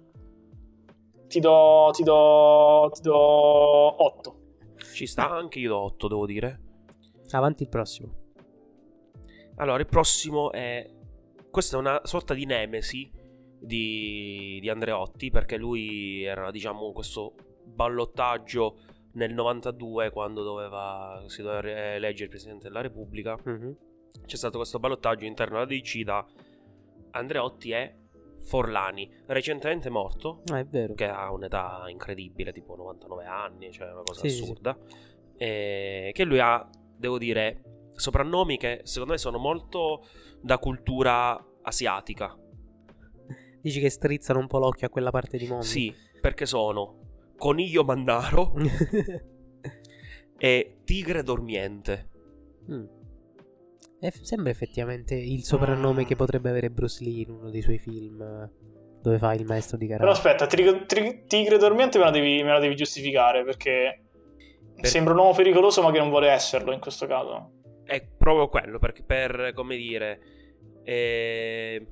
Speaker 3: ti do. Ti do. Ti do. 8. Ah.
Speaker 2: Ci sta anche io do 8, devo dire.
Speaker 1: Avanti il prossimo.
Speaker 2: Allora, il prossimo è... Questa è una sorta di nemesi di, di Andreotti, perché lui era, diciamo, questo ballottaggio nel 92, quando doveva, si doveva re- eleggere il Presidente della Repubblica.
Speaker 1: Mhm.
Speaker 2: C'è stato questo ballottaggio interno alla DC da Andreotti e Forlani, recentemente morto,
Speaker 1: Ah, è vero.
Speaker 2: che ha un'età incredibile, tipo 99 anni, cioè una cosa
Speaker 1: Sì, sì,
Speaker 2: assurda. E che lui ha, devo dire, soprannomi che secondo me sono molto da cultura asiatica.
Speaker 1: Mm. Dici che strizzano un po' l'occhio a quella parte di mondo. *laughs*
Speaker 2: Sì, perché sono Coniglio Mandaro
Speaker 1: Mm.
Speaker 2: e Tigre Dormiente.
Speaker 1: Mm. E f- sembra effettivamente il soprannome che potrebbe avere Bruce Lee in uno dei suoi film eh, dove fa il maestro di
Speaker 3: Però
Speaker 1: karate.
Speaker 3: aspetta, tri- tri- Tigre Dormiente me la devi, me la devi giustificare perché sembra un uomo pericoloso ma che non vuole esserlo in questo caso.
Speaker 2: È proprio quello, perché per, come dire, eh,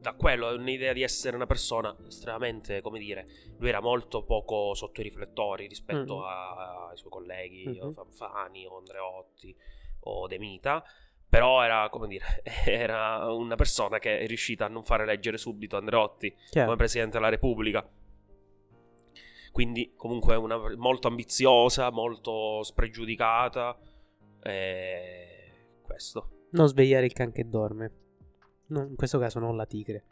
Speaker 2: da quello è un'idea di essere una persona estremamente, come dire, lui era molto poco sotto i riflettori rispetto
Speaker 1: Mhm.
Speaker 2: a- ai suoi colleghi,
Speaker 1: Mhm.
Speaker 2: o Fanfani, o Andreotti, o De Mita, però era, come dire, *laughs* era una persona che è riuscita a non fare leggere subito Andreotti
Speaker 1: Chiaro.
Speaker 2: come Presidente della Repubblica. Quindi comunque è una, molto ambiziosa, molto spregiudicata. E questo.
Speaker 1: Non svegliare il can che dorme. No, in questo caso non la tigre.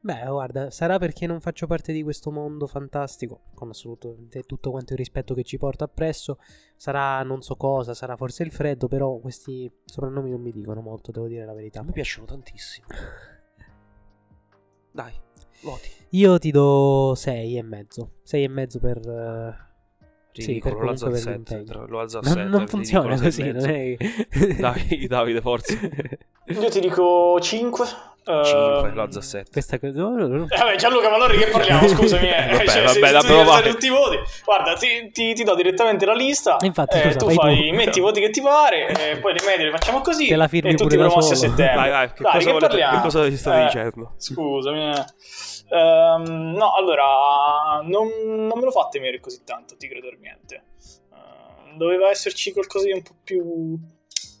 Speaker 1: Beh, guarda, sarà perché non faccio parte di questo mondo fantastico, con assolutamente tutto quanto il rispetto che ci porta appresso. Sarà non so cosa, sarà forse il freddo, però questi soprannomi non mi dicono molto, devo dire la verità.
Speaker 2: A me piacciono tantissimo. Dai, voti.
Speaker 1: Io ti do 6 e mezzo. 6 e mezzo per... eh, sì, per
Speaker 2: Ridicolo, lo alzo
Speaker 1: comunque
Speaker 2: al
Speaker 1: per
Speaker 2: 7.
Speaker 1: l'impegno.
Speaker 2: Lo alzo al
Speaker 1: Non,
Speaker 2: 7.
Speaker 1: non funziona così, non è...
Speaker 2: *laughs* Dai, Davide, forza. 5,
Speaker 3: Io ti dico Ehm, 5.
Speaker 2: lo alzo al
Speaker 1: *laughs*
Speaker 2: 7.
Speaker 1: Questa cosa...
Speaker 3: Eh vabbè, Gianluca, ma allora di che
Speaker 2: *laughs*
Speaker 3: parliamo? Scusami, eh.
Speaker 2: Vabbè,
Speaker 3: Cioè,
Speaker 2: vabbè,
Speaker 3: se- se
Speaker 2: la
Speaker 3: tu devi
Speaker 2: provare.
Speaker 3: alzare tutti i voti. Guarda, ti, ti- ti do direttamente la lista.
Speaker 1: E infatti,
Speaker 3: eh,
Speaker 1: scusa,
Speaker 3: tu
Speaker 1: fai
Speaker 3: fai,
Speaker 1: tu.
Speaker 3: metti i voti che ti pare, eh, poi le medie le facciamo così.
Speaker 1: Te la firmi
Speaker 3: e tutti
Speaker 1: pure da
Speaker 3: promossi a
Speaker 1: solo.
Speaker 3: settembre.
Speaker 2: Dai, dai, che
Speaker 3: Dai,
Speaker 2: cosa,
Speaker 3: che
Speaker 2: volete- che
Speaker 3: parliamo?
Speaker 2: cosa vi state
Speaker 3: Eh.
Speaker 2: dicendo?
Speaker 3: Scusami. eh. Ehm, no, allora, non, non me lo fa temere così tanto, Tigre Dormiente. Ehm, doveva esserci qualcosa di un po' più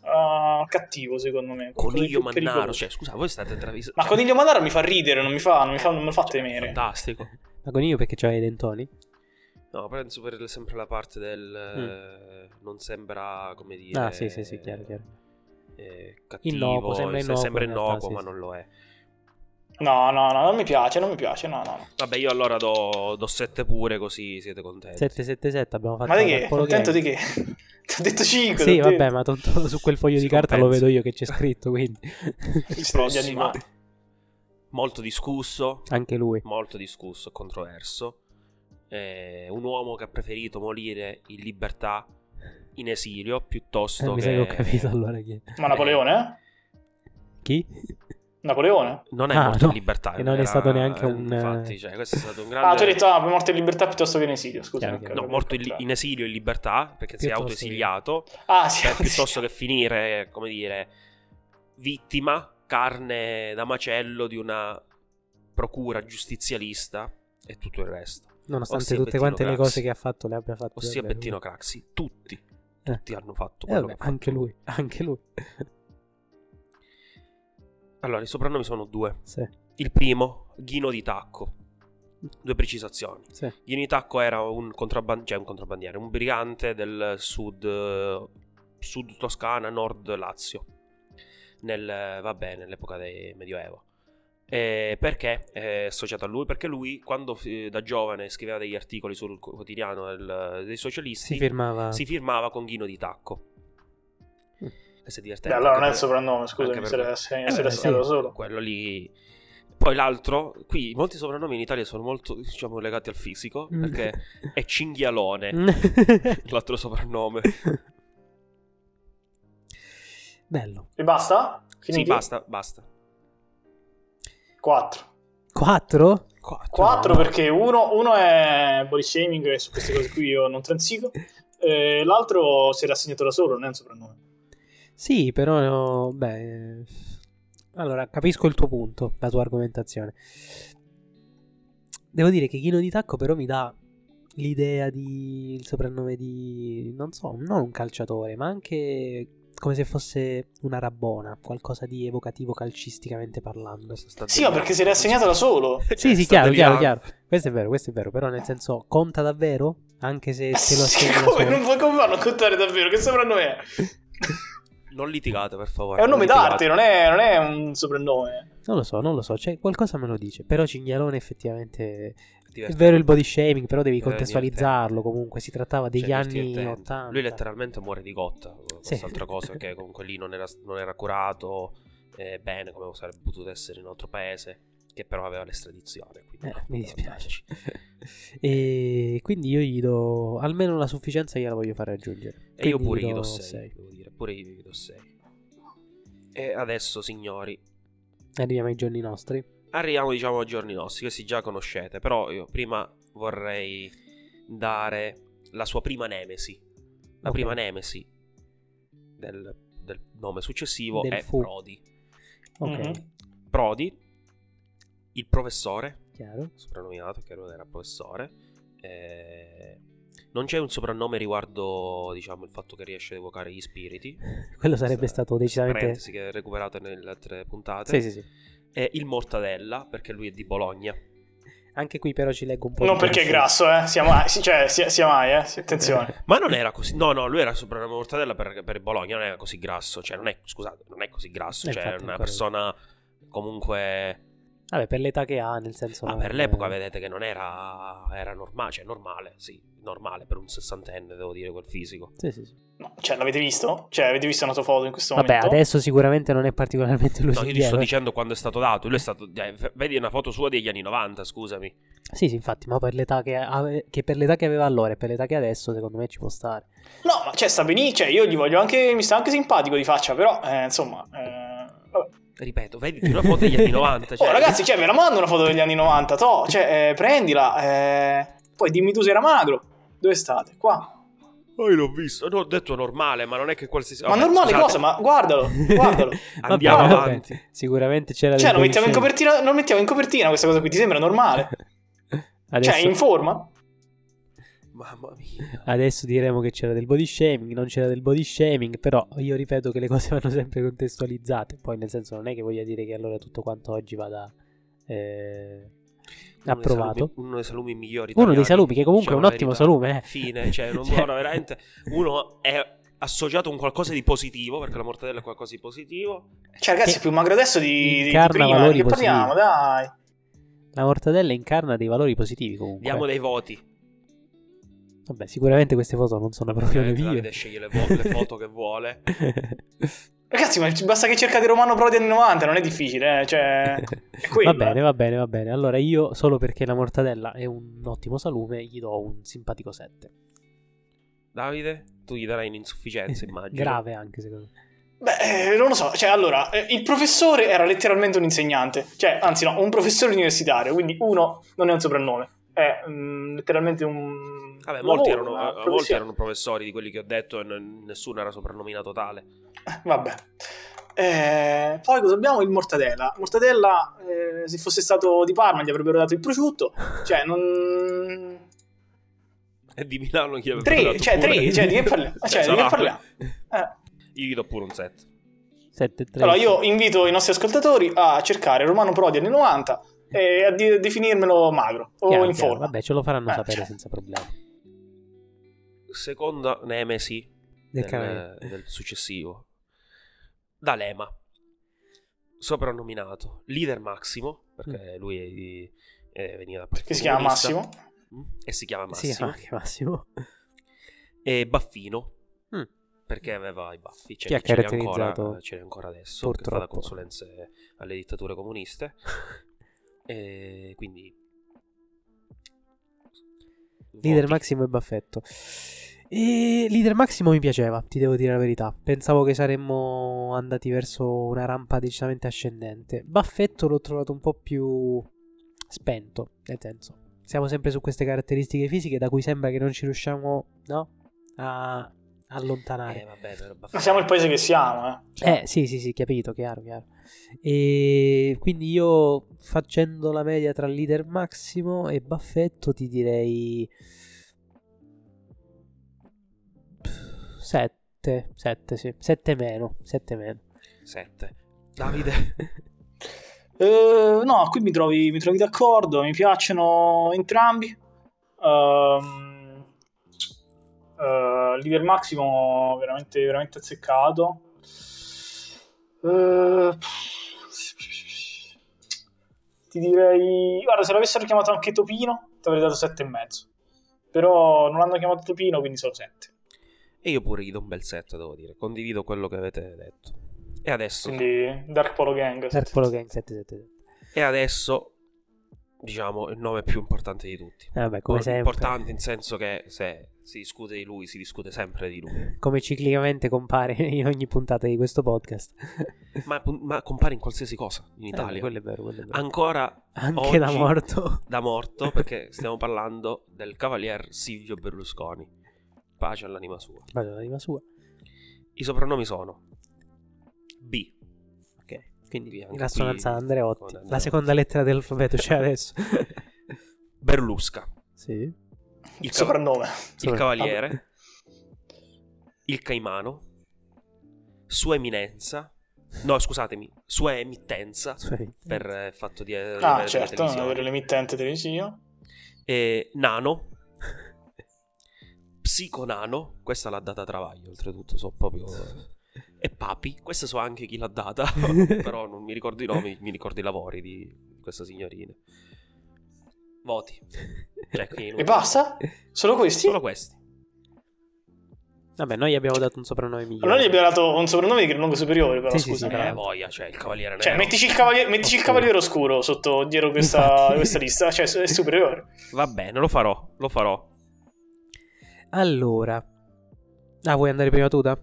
Speaker 3: ah, cattivo, secondo me. qualcosa di
Speaker 2: Coniglio
Speaker 3: più
Speaker 2: Mannaro.
Speaker 3: pericoloso.
Speaker 2: Cioè, scusa, voi state cioè, travisando.
Speaker 3: Ma Coniglio Manaro mi fa ridere, non mi fa, non mi fa, non me lo fa
Speaker 2: Cioè,
Speaker 3: temere.
Speaker 2: Fantastico.
Speaker 1: Ma con io perché c'hai i dentoni?
Speaker 2: No, penso per sempre la parte del eh, non sembra, come dire,
Speaker 1: Mm. Ah, sì, sì, sì, chiaro, chiaro.
Speaker 2: eh, cattivo,
Speaker 1: Innocuo, sembra
Speaker 2: se-
Speaker 1: innocuo in realtà,
Speaker 2: innocuo,
Speaker 1: sì,
Speaker 2: ma
Speaker 1: sì.
Speaker 2: non lo è.
Speaker 3: No, no, no, non mi piace, non mi piace, no, no. no.
Speaker 2: Vabbè, io allora do, do 7 pure, così siete contenti.
Speaker 1: 777 abbiamo fatto
Speaker 3: Ma di
Speaker 1: il
Speaker 3: che?
Speaker 1: calcolo
Speaker 3: Contento
Speaker 1: game.
Speaker 3: di che? *laughs* Ti ho detto 5.
Speaker 1: Sì, vabbè, ma tanto su quel
Speaker 2: *laughs*
Speaker 1: foglio
Speaker 2: Si
Speaker 1: di carta lo
Speaker 2: compensa.
Speaker 1: vedo io che c'è scritto, quindi *laughs*
Speaker 2: Il
Speaker 3: Gli
Speaker 2: prossimo,
Speaker 3: animali.
Speaker 2: molto discusso,
Speaker 1: anche lui.
Speaker 2: molto discusso, controverso. Eh, un uomo che ha preferito morire in libertà, in esilio,
Speaker 1: Eh,
Speaker 2: piuttosto
Speaker 1: mi
Speaker 2: che...
Speaker 1: sa che ho capito allora chi. è.
Speaker 3: Ma Napoleone? eh?
Speaker 1: Chi?
Speaker 3: Napoleone?
Speaker 2: Non è
Speaker 1: Ah,
Speaker 2: morto
Speaker 1: no,
Speaker 2: in libertà.
Speaker 1: che non è
Speaker 2: era-
Speaker 1: stato neanche un, eh,
Speaker 2: Infatti, cioè, questo è stato un grande...
Speaker 3: Ah, tu hai detto ah, morte in libertà piuttosto che in esilio, scusa.
Speaker 1: Chiaro,
Speaker 3: ok,
Speaker 1: chiaro.
Speaker 2: No,
Speaker 3: ok,
Speaker 2: morto
Speaker 3: ok.
Speaker 2: in, in esilio in libertà perché si è
Speaker 1: Piuttosto
Speaker 2: autoesiliato
Speaker 3: Ah, *laughs*
Speaker 1: *laughs*
Speaker 3: sì.
Speaker 2: cioè, piuttosto che finire, come dire, vittima, carne da macello di una procura giustizialista e tutto il resto.
Speaker 1: Nonostante
Speaker 2: Ossia
Speaker 1: tutte
Speaker 2: Bettino
Speaker 1: quante le
Speaker 2: Craxi.
Speaker 1: cose che ha fatto, le abbia fatte.
Speaker 2: Ossia
Speaker 1: davvero.
Speaker 2: Bettino Craxi, tutti,
Speaker 1: Eh.
Speaker 2: tutti hanno fatto
Speaker 1: Eh,
Speaker 2: quello
Speaker 1: vabbè,
Speaker 2: che ha fatto.
Speaker 1: anche lui, anche lui.
Speaker 2: Allora, i soprannomi sono due.
Speaker 1: Sì,
Speaker 2: Il primo, Ghino di Tacco. Due precisazioni.
Speaker 1: sì.
Speaker 2: Ghino di Tacco era un, contrabban- cioè un contrabbandiere, un brigante del sud, eh, sud Toscana, nord Lazio, nel, eh, vabbè, nell'epoca del Medioevo. Eh, perché è associato a lui? Perché lui, quando eh, da giovane scriveva degli articoli sul quotidiano del- dei socialisti,
Speaker 1: Si firmava.
Speaker 2: si firmava con Ghino di Tacco.
Speaker 1: Mm.
Speaker 2: Questo è
Speaker 3: Beh,
Speaker 2: divertente.
Speaker 3: allora non è il
Speaker 2: anche per-
Speaker 3: soprannome,
Speaker 2: anche
Speaker 3: scusami,
Speaker 2: per
Speaker 3: se
Speaker 2: me.
Speaker 3: l'ha segnato
Speaker 1: Eh,
Speaker 3: se l'ha
Speaker 1: sì.
Speaker 3: segnato solo.
Speaker 2: quello lì. Poi l'altro, qui molti soprannomi in Italia sono molto diciamo, legati al fisico,
Speaker 1: Mm.
Speaker 2: perché è Cinghialone, *laughs* l'altro soprannome.
Speaker 1: *laughs* Bello.
Speaker 3: E basta?
Speaker 2: Sì, basta, basta.
Speaker 3: 4.
Speaker 1: 4?
Speaker 3: 4 perché uno, uno è body shaming e su queste cose qui io non transigo. Eh, l'altro si era assegnato da solo, non è un soprannome.
Speaker 1: Sì, però beh eh, allora capisco il tuo punto, la tua argomentazione. Devo dire che Chino di Tacco però mi dà l'idea di il soprannome di non so, non un calciatore, ma anche come se fosse una rabbona, qualcosa di evocativo calcisticamente parlando.
Speaker 3: Sì, ma perché se l'è
Speaker 2: *laughs*
Speaker 3: assegnata da solo.
Speaker 2: Eh,
Speaker 1: Sì, sì, chiaro, chiaro, chiaro. Questo è vero, questo è vero, però nel senso conta davvero anche se te lo
Speaker 3: *laughs* Eh, Sì,
Speaker 1: assegna
Speaker 3: come,
Speaker 1: solo.
Speaker 3: non puoi come farlo a contare davvero, che soprannome è?
Speaker 2: Non litigate, per favore.
Speaker 3: È un nome
Speaker 2: non litigate.
Speaker 3: d'arte, non è, non è un soprannome.
Speaker 1: Non lo so, non lo so, cioè qualcosa me lo dice, però Cignalone effettivamente è
Speaker 2: Divertente.
Speaker 1: vero il body shaming, però devi
Speaker 2: Eh,
Speaker 1: contestualizzarlo, comunque si trattava degli
Speaker 2: Cioè,
Speaker 1: anni
Speaker 2: divertente.
Speaker 1: 80.
Speaker 2: Lui letteralmente muore di gotta.
Speaker 1: Sì.
Speaker 2: Quest'altra cosa
Speaker 1: *laughs*
Speaker 2: perché comunque lì non era, non era curato eh, bene come sarebbe potuto essere in un altro paese. Che però aveva l'estradizione. Quindi
Speaker 1: Eh,
Speaker 2: no,
Speaker 1: mi dispiace.
Speaker 2: *laughs* andateci.
Speaker 1: e quindi io gli do almeno la sufficienza gliela voglio fare aggiungere.
Speaker 2: E io
Speaker 1: Quindi
Speaker 2: pure gli
Speaker 1: do
Speaker 2: do
Speaker 1: sei.
Speaker 2: 6. Devo dire, pure io gli do 6. E adesso, signori,
Speaker 1: Arriviamo ai giorni nostri.
Speaker 2: Arriviamo, diciamo, ai giorni nostri, questi già conoscete, però io prima vorrei dare la sua prima nemesi. La
Speaker 1: Ok.
Speaker 2: prima nemesi del, del nome successivo
Speaker 1: Del
Speaker 2: è
Speaker 1: fu.
Speaker 2: Prodi.
Speaker 1: Ok,
Speaker 3: Mhm.
Speaker 2: Prodi, il professore,
Speaker 1: chiaro. *laughs*
Speaker 2: soprannominato, che lui era professore, eh, non c'è un soprannome riguardo, diciamo, il fatto che riesce ad evocare gli spiriti.
Speaker 1: Quello sarebbe stato decisamente...
Speaker 2: Parentesi che recuperate nelle altre puntate.
Speaker 1: Sì, sì, sì.
Speaker 2: E il mortadella, perché lui è di Bologna.
Speaker 1: Anche qui però ci leggo un po'...
Speaker 3: Non
Speaker 1: di
Speaker 3: perché è
Speaker 1: confronto.
Speaker 3: grasso, eh. Sia mai, sì, cioè, sia, sia mai, eh. Sì,
Speaker 1: *laughs*
Speaker 3: Attenzione.
Speaker 2: Ma non era così. No, no, lui era soprannominato Mortadella per, per Bologna, non era così grasso. Cioè, non è, scusate, non è così grasso.
Speaker 1: Eh,
Speaker 2: cioè,
Speaker 1: infatti,
Speaker 2: è una
Speaker 1: ancora-
Speaker 2: persona comunque.
Speaker 1: Vabbè, per l'età che ha, nel senso... eh,
Speaker 2: Ma
Speaker 1: non-
Speaker 2: Ah, per l'epoca vedete che non era. Era normale, cioè normale, sì, normale per un sessantenne, devo dire, quel fisico.
Speaker 1: Sì, sì, sì.
Speaker 3: No, cioè, l'avete visto? Cioè, avete visto una tua foto in questo
Speaker 1: Vabbè,
Speaker 3: momento?
Speaker 1: adesso sicuramente non è particolarmente lui
Speaker 2: No, io ti sto dicendo quando è stato dato. Lui è stato. dai, f- vedi una foto sua degli anni 90, scusami.
Speaker 1: Sì, sì, infatti, ma per l'età che, ave- che per l'età che aveva allora e per l'età che adesso, secondo me ci può stare.
Speaker 3: No, ma cioè, sta benissimo. Cioè, io gli voglio anche. Mi sta anche simpatico di faccia, però, eh, insomma. eh, vabbè.
Speaker 2: Ripeto,
Speaker 1: *laughs*
Speaker 2: vedi una foto degli anni 90. Cioè,
Speaker 3: Oh, ragazzi, cioè, ve la mando una foto degli anni 90, toh, cioè, eh, prendila, eh, poi dimmi tu se era magro. Dove state? Qua.
Speaker 2: Oh, io l'ho visto. No, ho detto normale, ma non è che qualsiasi.
Speaker 3: ma
Speaker 2: vabbè,
Speaker 3: normale
Speaker 2: scusate,
Speaker 3: cosa, ma guardalo, guardalo.
Speaker 1: *laughs*
Speaker 2: Andiamo
Speaker 1: Vabbè, vabbè,
Speaker 2: avanti.
Speaker 1: Sicuramente c'era
Speaker 3: cioè,
Speaker 1: del
Speaker 3: lo
Speaker 1: body
Speaker 3: mettiamo in
Speaker 1: shaming.
Speaker 3: copertina, non mettiamo in copertina questa cosa qui, ti sembra normale?
Speaker 1: Adesso,
Speaker 3: Cioè, in forma?
Speaker 2: Mamma mia.
Speaker 1: adesso diremo che c'era del body shaming, non c'era del body shaming, però io ripeto che le cose vanno sempre contestualizzate. Poi, nel senso, non è che voglia dire che allora tutto quanto oggi vada eh,
Speaker 2: Uno dei salumi-
Speaker 1: approvato.
Speaker 2: uno dei salumi migliori.
Speaker 1: Uno dei
Speaker 2: italiani,
Speaker 1: salumi, che comunque è
Speaker 2: diciamo
Speaker 1: un
Speaker 2: la
Speaker 1: ottimo
Speaker 2: verità.
Speaker 1: salume, eh.
Speaker 2: Fine, cioè,
Speaker 1: *laughs*
Speaker 2: non
Speaker 1: Cioè-
Speaker 2: guarda, veramente. Uno è associato a un qualcosa di positivo, perché la mortadella è qualcosa di positivo.
Speaker 3: Cioè, ragazzi,
Speaker 1: Che
Speaker 3: è più magro adesso di, di- di
Speaker 1: incarna
Speaker 3: prima,
Speaker 1: valori
Speaker 3: di che parliamo,
Speaker 1: positivi.
Speaker 3: dai.
Speaker 1: La mortadella incarna dei valori positivi comunque.
Speaker 2: Diamo dei voti.
Speaker 1: Vabbè, sicuramente queste foto non sono proprio le
Speaker 2: Ovviamente
Speaker 1: mie.
Speaker 2: Eh, Davide sceglie le, vo- le foto
Speaker 1: *laughs*
Speaker 2: che vuole.
Speaker 3: Ragazzi, ma ci- basta che cercate Romano Prodi anni 90, non è difficile,
Speaker 1: *laughs*
Speaker 3: eh, cioè... è quello,
Speaker 1: va bene,
Speaker 3: eh.
Speaker 1: va bene, va bene. Allora io, solo perché la mortadella è un ottimo salume, gli do un simpatico 7.
Speaker 2: Davide, tu gli darai
Speaker 3: Eh
Speaker 1: *laughs*
Speaker 2: un'insufficienza, immagino.
Speaker 1: Grave anche secondo me.
Speaker 3: Beh, eh, non lo so, cioè, allora, eh, il professore era letteralmente un insegnante, cioè, anzi no, un professore universitario, quindi uno non è un soprannome, è mm, letteralmente un...
Speaker 2: Vabbè, molti, erano,
Speaker 3: lavoro, una
Speaker 2: eh, molti
Speaker 3: professione.
Speaker 2: erano professori di quelli che ho detto e non- nessuno era soprannominato tale.
Speaker 3: Vabbè. Eh, poi cosa abbiamo? Il mortadella. Mortadella, eh, se fosse stato di Parma, gli avrebbero dato il prosciutto, cioè, non...
Speaker 2: E di Milano chi aveva
Speaker 3: Tre,
Speaker 2: dato
Speaker 3: cioè,
Speaker 2: pure.
Speaker 3: tre, cioè,
Speaker 2: *laughs*
Speaker 3: di che parliamo? Cioè, di
Speaker 2: Sarà-
Speaker 3: che parliamo? Eh.
Speaker 2: Io gli do pure un set.
Speaker 1: 7 3.
Speaker 3: Allora, io invito i nostri ascoltatori a cercare Romano Prodi anni 90 e a di- definirmelo magro o
Speaker 1: Chiaro,
Speaker 3: in
Speaker 1: chiaro.
Speaker 3: forma.
Speaker 1: Vabbè, ce lo faranno
Speaker 3: Eh,
Speaker 1: sapere
Speaker 3: cioè.
Speaker 1: senza problemi.
Speaker 2: Seconda nemesi
Speaker 1: Del
Speaker 2: del-
Speaker 1: canale.
Speaker 2: del successivo. D'Alema, soprannominato leader Massimo,
Speaker 1: Mm.
Speaker 2: perché lui è di- eh, veniva dal Partito
Speaker 3: Che si chiama
Speaker 2: Comunista.
Speaker 3: Massimo.
Speaker 2: Mm, E si chiama
Speaker 1: Sì, ah.
Speaker 2: Massimo.
Speaker 1: anche Massimo.
Speaker 2: E Baffino,
Speaker 1: Mm.
Speaker 2: perché aveva i baffi. Cioè,
Speaker 1: Chi ha
Speaker 2: ce li
Speaker 1: caratterizzato?
Speaker 2: Ancora, ce li ha ancora adesso, perché fa da
Speaker 1: Purtroppo.
Speaker 2: consulenze alle dittature
Speaker 1: *laughs*
Speaker 2: comuniste. e quindi...
Speaker 1: Leader
Speaker 2: Voti.
Speaker 1: Maximo e Baffetto. E leader Maximo mi piaceva, ti devo dire la verità. Pensavo che saremmo andati verso una rampa decisamente ascendente. Baffetto l'ho trovato un po' più spento, nel senso. Siamo sempre su queste caratteristiche fisiche da cui sembra che non ci riusciamo, no? A
Speaker 2: Eh,
Speaker 1: allontanare.
Speaker 2: vabbè, però Baffino-
Speaker 3: Ma siamo il paese che siamo, eh. Cioè,
Speaker 1: Eh, sì, sì, sì, capito, chiaro, chiaro. E quindi io facendo la media tra leader Maximo e Baffetto ti direi 7 7, 7 sì, 7 meno, 7 meno.
Speaker 2: 7. Davide,
Speaker 3: Eh, no, qui mi trovi, mi trovi d'accordo, mi piacciono entrambi. Ehm, eh, Lider Maximo veramente, veramente azzeccato. Eh, ti direi... Guarda, se l'avessero chiamato anche Topino, ti avrei dato 7,5. Però non hanno chiamato Topino, quindi sono 7.
Speaker 2: e io pure gli do un bel set, devo dire. Condivido quello che avete detto. E adesso,
Speaker 3: Quindi Dark Polo Gang.
Speaker 1: Dark Polo Gang 777.
Speaker 2: e adesso diciamo il nome più importante di tutti.
Speaker 1: Eh, Vabbè, come sempre.
Speaker 2: Importante in senso che se si discute di lui, si discute sempre di lui.
Speaker 1: Come ciclicamente compare *laughs* in ogni puntata di questo podcast.
Speaker 2: Ma, ma compare in qualsiasi cosa in Italia.
Speaker 1: Eh, quello è vero, quello è vero.
Speaker 2: Ancora
Speaker 1: Anche
Speaker 2: oggi-
Speaker 1: da morto.
Speaker 2: da morto perché stiamo parlando del cavalier Silvio Berlusconi. Pace all'anima sua.
Speaker 1: Ma la prima sua.
Speaker 2: I soprannomi sono B.
Speaker 1: Ok. Quindi
Speaker 2: Via, anche
Speaker 1: grassonanza
Speaker 2: qui-
Speaker 1: Andreotti.
Speaker 2: con Andreotti.
Speaker 1: La seconda lettera dell'alfabeto c'è
Speaker 2: *laughs*
Speaker 1: adesso.
Speaker 2: Berlusca,
Speaker 1: sì.
Speaker 2: il,
Speaker 3: Il
Speaker 2: ca-
Speaker 3: soprannome.
Speaker 2: il cavaliere, il caimano, sua eminenza, no scusatemi, sua emittenza
Speaker 1: Sì.
Speaker 2: per eh, il fatto di avere
Speaker 3: Ah,
Speaker 2: delle
Speaker 3: certo, non
Speaker 2: televisioni.
Speaker 3: avere l'emittente televisiva.
Speaker 2: E nano, *laughs* psiconano, questa l'ha data Travaglio oltretutto, so proprio... E Papi, questa so anche chi l'ha
Speaker 3: *laughs*
Speaker 2: data, però non mi ricordo i nomi, mi ricordo i lavori di questa signorina. Voti. Cioè,
Speaker 3: *laughs*
Speaker 2: qui è
Speaker 3: E
Speaker 2: inutile.
Speaker 3: basta? Solo questi?
Speaker 2: Solo questi.
Speaker 1: Vabbè, noi gli abbiamo dato un soprannome migliore.
Speaker 3: Allora gli abbiamo dato un soprannome di rango superiore, però
Speaker 1: Sì, sì, eh,
Speaker 3: scusa.
Speaker 1: sì,
Speaker 2: Eh,
Speaker 1: bravo.
Speaker 2: voglia, cioè il cavaliere
Speaker 3: cioè,
Speaker 2: nero.
Speaker 3: mettici il, cavaliere, mettici il
Speaker 1: Oscuro.
Speaker 3: cavaliere oscuro sotto dietro questa,
Speaker 1: Infatti.
Speaker 3: questa lista, cioè è superiore.
Speaker 2: Va bene, lo farò, lo farò.
Speaker 1: Allora. Ah, vuoi andare prima tu,
Speaker 2: *laughs*
Speaker 1: da?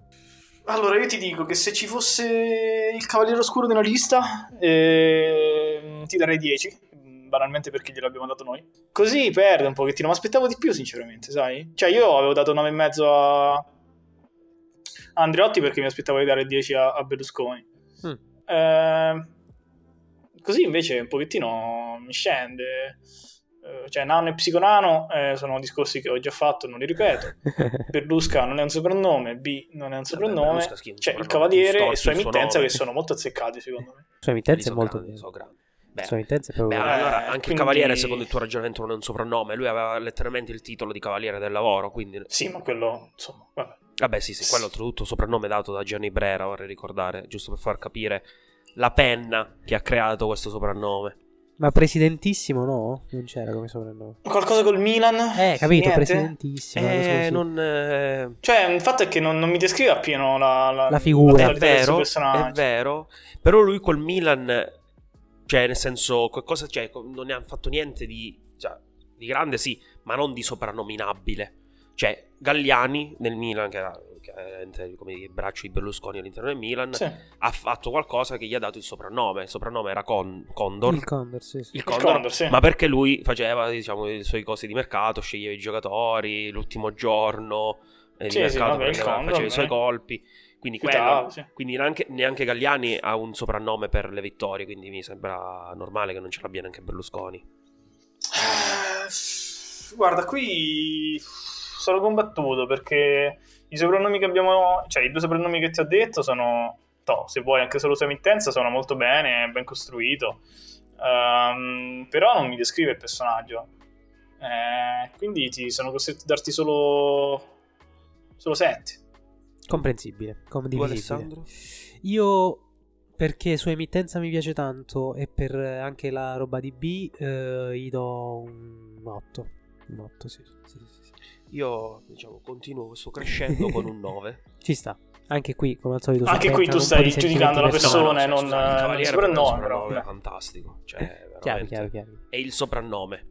Speaker 3: Allora, io ti dico che se ci fosse il cavaliere oscuro nella lista, ehm, ti darei 10. Banalmente perché gliel'abbiamo dato noi. Così perde un pochettino, ma aspettavo di più, sinceramente, sai? Cioè, io avevo dato 9,5 a... a Andreotti perché mi aspettavo di dare 10 a, a Berlusconi.
Speaker 1: Mm.
Speaker 3: Eh, così invece un pochettino mi scende. Eh, Cioè, nano e psiconano eh, sono discorsi che ho già fatto, non li ripeto. Berlusca non è un soprannome, B non è un soprannome,
Speaker 2: Berlusca sì, un
Speaker 3: cioè il
Speaker 2: soprannome,
Speaker 3: cavaliere
Speaker 2: giusto,
Speaker 3: e sua
Speaker 2: il suo
Speaker 3: emittenza
Speaker 2: nome.
Speaker 3: che sono molto azzeccati secondo me.
Speaker 1: Sua emittenza è
Speaker 2: Sono
Speaker 1: molto
Speaker 2: grandi,
Speaker 1: bella.
Speaker 2: sono grandi.
Speaker 1: La
Speaker 2: Beh,
Speaker 1: Sua emittenza è
Speaker 2: beh,
Speaker 1: proprio...
Speaker 3: Eh,
Speaker 2: allora anche il
Speaker 3: quindi-
Speaker 2: cavaliere, secondo il tuo ragionamento, non è un soprannome. Lui aveva letteralmente il titolo di cavaliere del lavoro, quindi
Speaker 3: Sì, ma quello, insomma, vabbè.
Speaker 2: Vabbè, sì, sì, quello oltretutto soprannome dato da Gianni Brera, vorrei ricordare, giusto per far capire la penna che ha creato questo soprannome.
Speaker 1: Ma presidentissimo no? Non
Speaker 2: Eh.
Speaker 1: c'era come soprannome.
Speaker 3: Qualcosa col Milan?
Speaker 1: Eh, capito,
Speaker 3: Niente?
Speaker 1: presidentissimo. una cosa
Speaker 2: Eh,
Speaker 1: così.
Speaker 2: non eh,
Speaker 3: Cioè, il fatto è che non, non mi descrive appieno la, la,
Speaker 1: La figura.
Speaker 2: è
Speaker 3: modalità del suo
Speaker 2: vero, è
Speaker 3: personaggio.
Speaker 2: vero, però lui col Milan cioè nel senso qualcosa cioè, co- non ne hanno fatto niente di cioè, di grande sì, ma non di soprannominabile. Cioè, Galliani nel Milan che era chiaramente, come dire, il braccio di Berlusconi all'interno del Milan
Speaker 3: Sì.
Speaker 2: ha fatto qualcosa che gli ha dato il soprannome. Il soprannome era Con- Condor.
Speaker 1: Il Condor, sì, sì.
Speaker 2: il
Speaker 3: Condor,
Speaker 2: Condor, *laughs*
Speaker 3: sì.
Speaker 2: ma perché lui faceva diciamo, i suoi cosi di mercato, sceglieva i giocatori l'ultimo giorno eh, di
Speaker 3: Sì,
Speaker 2: mercato,
Speaker 3: sì, vabbè, il
Speaker 2: prendeva-
Speaker 3: Condor,
Speaker 2: faceva i suoi
Speaker 3: eh.
Speaker 2: colpi. Quindi, quello-
Speaker 3: Chitarra, sì.
Speaker 2: quindi neanche, neanche Galliani ha un soprannome per le vittorie, quindi mi sembra normale che non ce l'abbia neanche Berlusconi.
Speaker 3: Eh, Guarda, qui sono combattuto perché i soprannomi che abbiamo, cioè i due soprannomi che ti ho detto sono, no, se vuoi anche solo sua emittenza, sono molto bene, ben costruito, Ehm, però non mi descrive il personaggio, Eh, quindi ti, sono costretto a darti solo, solo 7.
Speaker 1: Comprensibile,
Speaker 2: Tu
Speaker 1: condivisibile.
Speaker 2: Alessandro?
Speaker 1: Io perché sua emittenza mi piace tanto e per eh, anche la roba di B eh, gli do un 8. Un 8, sì. sì, sì, sì.
Speaker 2: Io diciamo, continuo, sto crescendo con un
Speaker 3: *laughs*
Speaker 2: 9.
Speaker 1: Ci sta. Anche qui, come al solito,
Speaker 3: Anche qui
Speaker 1: subentrano un po'
Speaker 3: tu stai
Speaker 1: di sentimenti
Speaker 3: giudicando la
Speaker 1: personali.
Speaker 3: persona. e
Speaker 2: cioè,
Speaker 3: non-
Speaker 2: scusate, il
Speaker 3: non
Speaker 2: cavaliere per me è un
Speaker 3: soprannome, però.
Speaker 2: soprannome
Speaker 3: Beh.
Speaker 2: fantastico. Cioè,
Speaker 1: Chiaro,
Speaker 2: veramente.
Speaker 1: chiaro, chiaro.
Speaker 2: è il soprannome.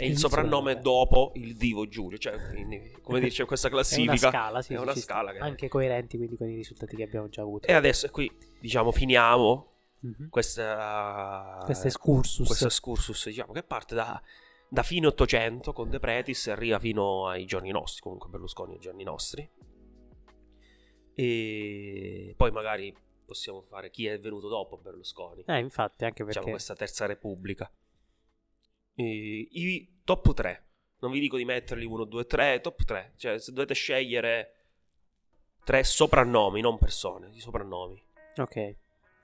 Speaker 2: È il,
Speaker 1: Il
Speaker 2: soprannome
Speaker 1: soprannome.
Speaker 2: dopo il divo Giulio, cioè quindi, come dice questa
Speaker 1: è una
Speaker 2: classifica.
Speaker 1: scala, sì,
Speaker 2: è
Speaker 1: sì,
Speaker 2: una
Speaker 1: ci sta.
Speaker 2: scala Eh, che-
Speaker 1: Anche coerenti quindi con i risultati che abbiamo già avuto.
Speaker 2: E adesso e qui diciamo finiamo
Speaker 1: Mhm.
Speaker 2: questa
Speaker 1: Questo è Scursus.
Speaker 2: questo excursus, diciamo che parte da, da fine 800 con De Pretis e arriva fino ai giorni nostri, comunque Berlusconi ai giorni nostri. E poi magari possiamo fare chi è venuto dopo Berlusconi.
Speaker 1: Eh, infatti, anche perché...
Speaker 2: diciamo, questa terza repubblica. Eh, I top 3. Non vi dico di metterli 1, 2, 3, top 3. Cioè, se dovete scegliere Tre soprannomi, non persone, di soprannomi.
Speaker 1: Ok.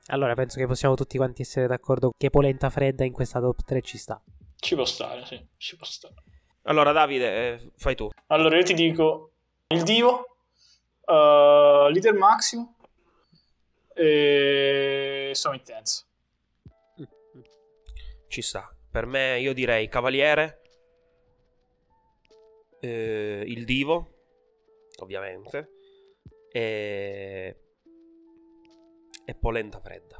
Speaker 1: Allora penso che possiamo tutti quanti essere d'accordo che polenta fredda in questa top 3 ci sta.
Speaker 3: Ci può stare, sì, ci può stare.
Speaker 2: Allora, Davide, eh, fai tu.
Speaker 3: Allora, io ti dico il Divo, eh, Leader Maximo e Sono Intenso.
Speaker 2: Ci sta. Per me, io direi Cavaliere, eh, il Divo, ovviamente, e... e Polenta Fredda.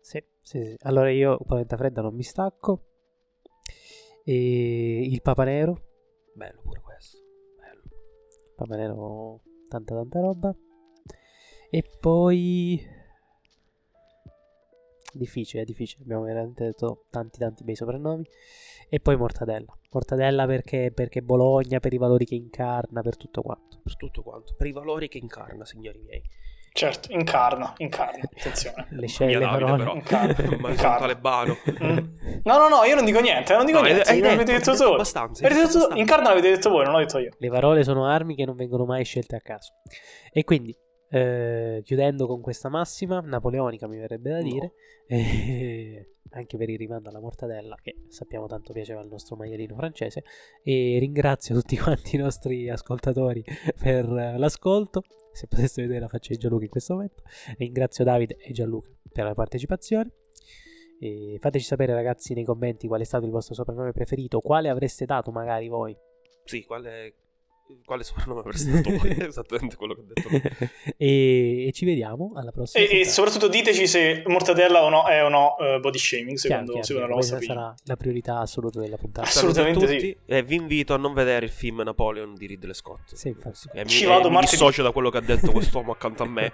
Speaker 1: Sì, sì, sì. Allora io polenta fredda non mi stacco. E il Papa Nero.
Speaker 2: Bello pure questo. Bello.
Speaker 1: Papa Nero, tanta tanta roba. E poi... Difficile, difficile. Abbiamo veramente detto tanti tanti bei soprannomi. E poi Mortadella. Mortadella perché, perché Bologna, per i valori che incarna, per tutto quanto.
Speaker 2: Per tutto quanto, per i valori che incarna, signori miei.
Speaker 3: Certo, incarna, incarna,
Speaker 2: *laughs*
Speaker 3: attenzione.
Speaker 1: Cioè, Le sceglie,
Speaker 2: Mia
Speaker 1: le
Speaker 2: Davide,
Speaker 1: parole.
Speaker 2: *laughs* però.
Speaker 3: Incarna,
Speaker 2: Ma il
Speaker 3: incarna.
Speaker 2: *laughs* talebano.
Speaker 3: Mm. No, no, no, io non dico niente, eh, non dico
Speaker 2: No, hai-
Speaker 3: niente.
Speaker 2: hai detto,
Speaker 3: avete
Speaker 2: hai
Speaker 3: detto
Speaker 2: detto
Speaker 3: solo.
Speaker 2: abbastanza, hai
Speaker 3: Avete
Speaker 2: detto
Speaker 3: detto-
Speaker 2: abbastanza.
Speaker 3: Incarna l'avete detto voi, non l'ho detto io.
Speaker 1: Le parole sono armi che non vengono mai scelte a caso. E quindi, eh, chiudendo con questa massima, napoleonica mi verrebbe da
Speaker 2: No.
Speaker 1: dire, eh, *laughs* anche per il rimando alla mortadella, che sappiamo tanto piaceva al nostro maialino francese, e ringrazio tutti *laughs* quanti i nostri ascoltatori per eh, l'ascolto. Se poteste vedere la faccia di Gianluca in questo momento, ringrazio Davide e Gianluca per la partecipazione. E fateci sapere, ragazzi, nei commenti qual è stato il vostro soprannome preferito, quale avreste dato magari voi
Speaker 2: Sì, quale, quale soprannome avresti dato *laughs* voi? Esattamente quello che ho detto.
Speaker 1: Esatto. e, e ci vediamo alla prossima.
Speaker 3: E, e
Speaker 1: puntata.
Speaker 3: soprattutto diteci se mortadella o no è o no eh, body shaming,
Speaker 1: Chiaro,
Speaker 3: secondo,
Speaker 1: chiaro,
Speaker 3: secondo la
Speaker 1: chiaro,
Speaker 3: vostra
Speaker 1: questa
Speaker 3: opinione.
Speaker 1: sarà la priorità assoluta della puntata.
Speaker 3: Ass- Assolutamente
Speaker 2: Saluto a tutti E vi invito a non vedere il film Napoleon di Ridley Scott.
Speaker 1: Sì, infatti.
Speaker 2: E mi,
Speaker 3: Ci
Speaker 2: e
Speaker 3: vado
Speaker 2: mi
Speaker 3: martedì.
Speaker 2: dissocio da quello che ha detto quest'uomo accanto
Speaker 1: *laughs*
Speaker 2: Ecco a *laughs* me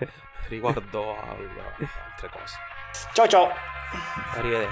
Speaker 2: riguardo a, a altre cose.
Speaker 3: Ciao ciao!
Speaker 2: Arrivederci.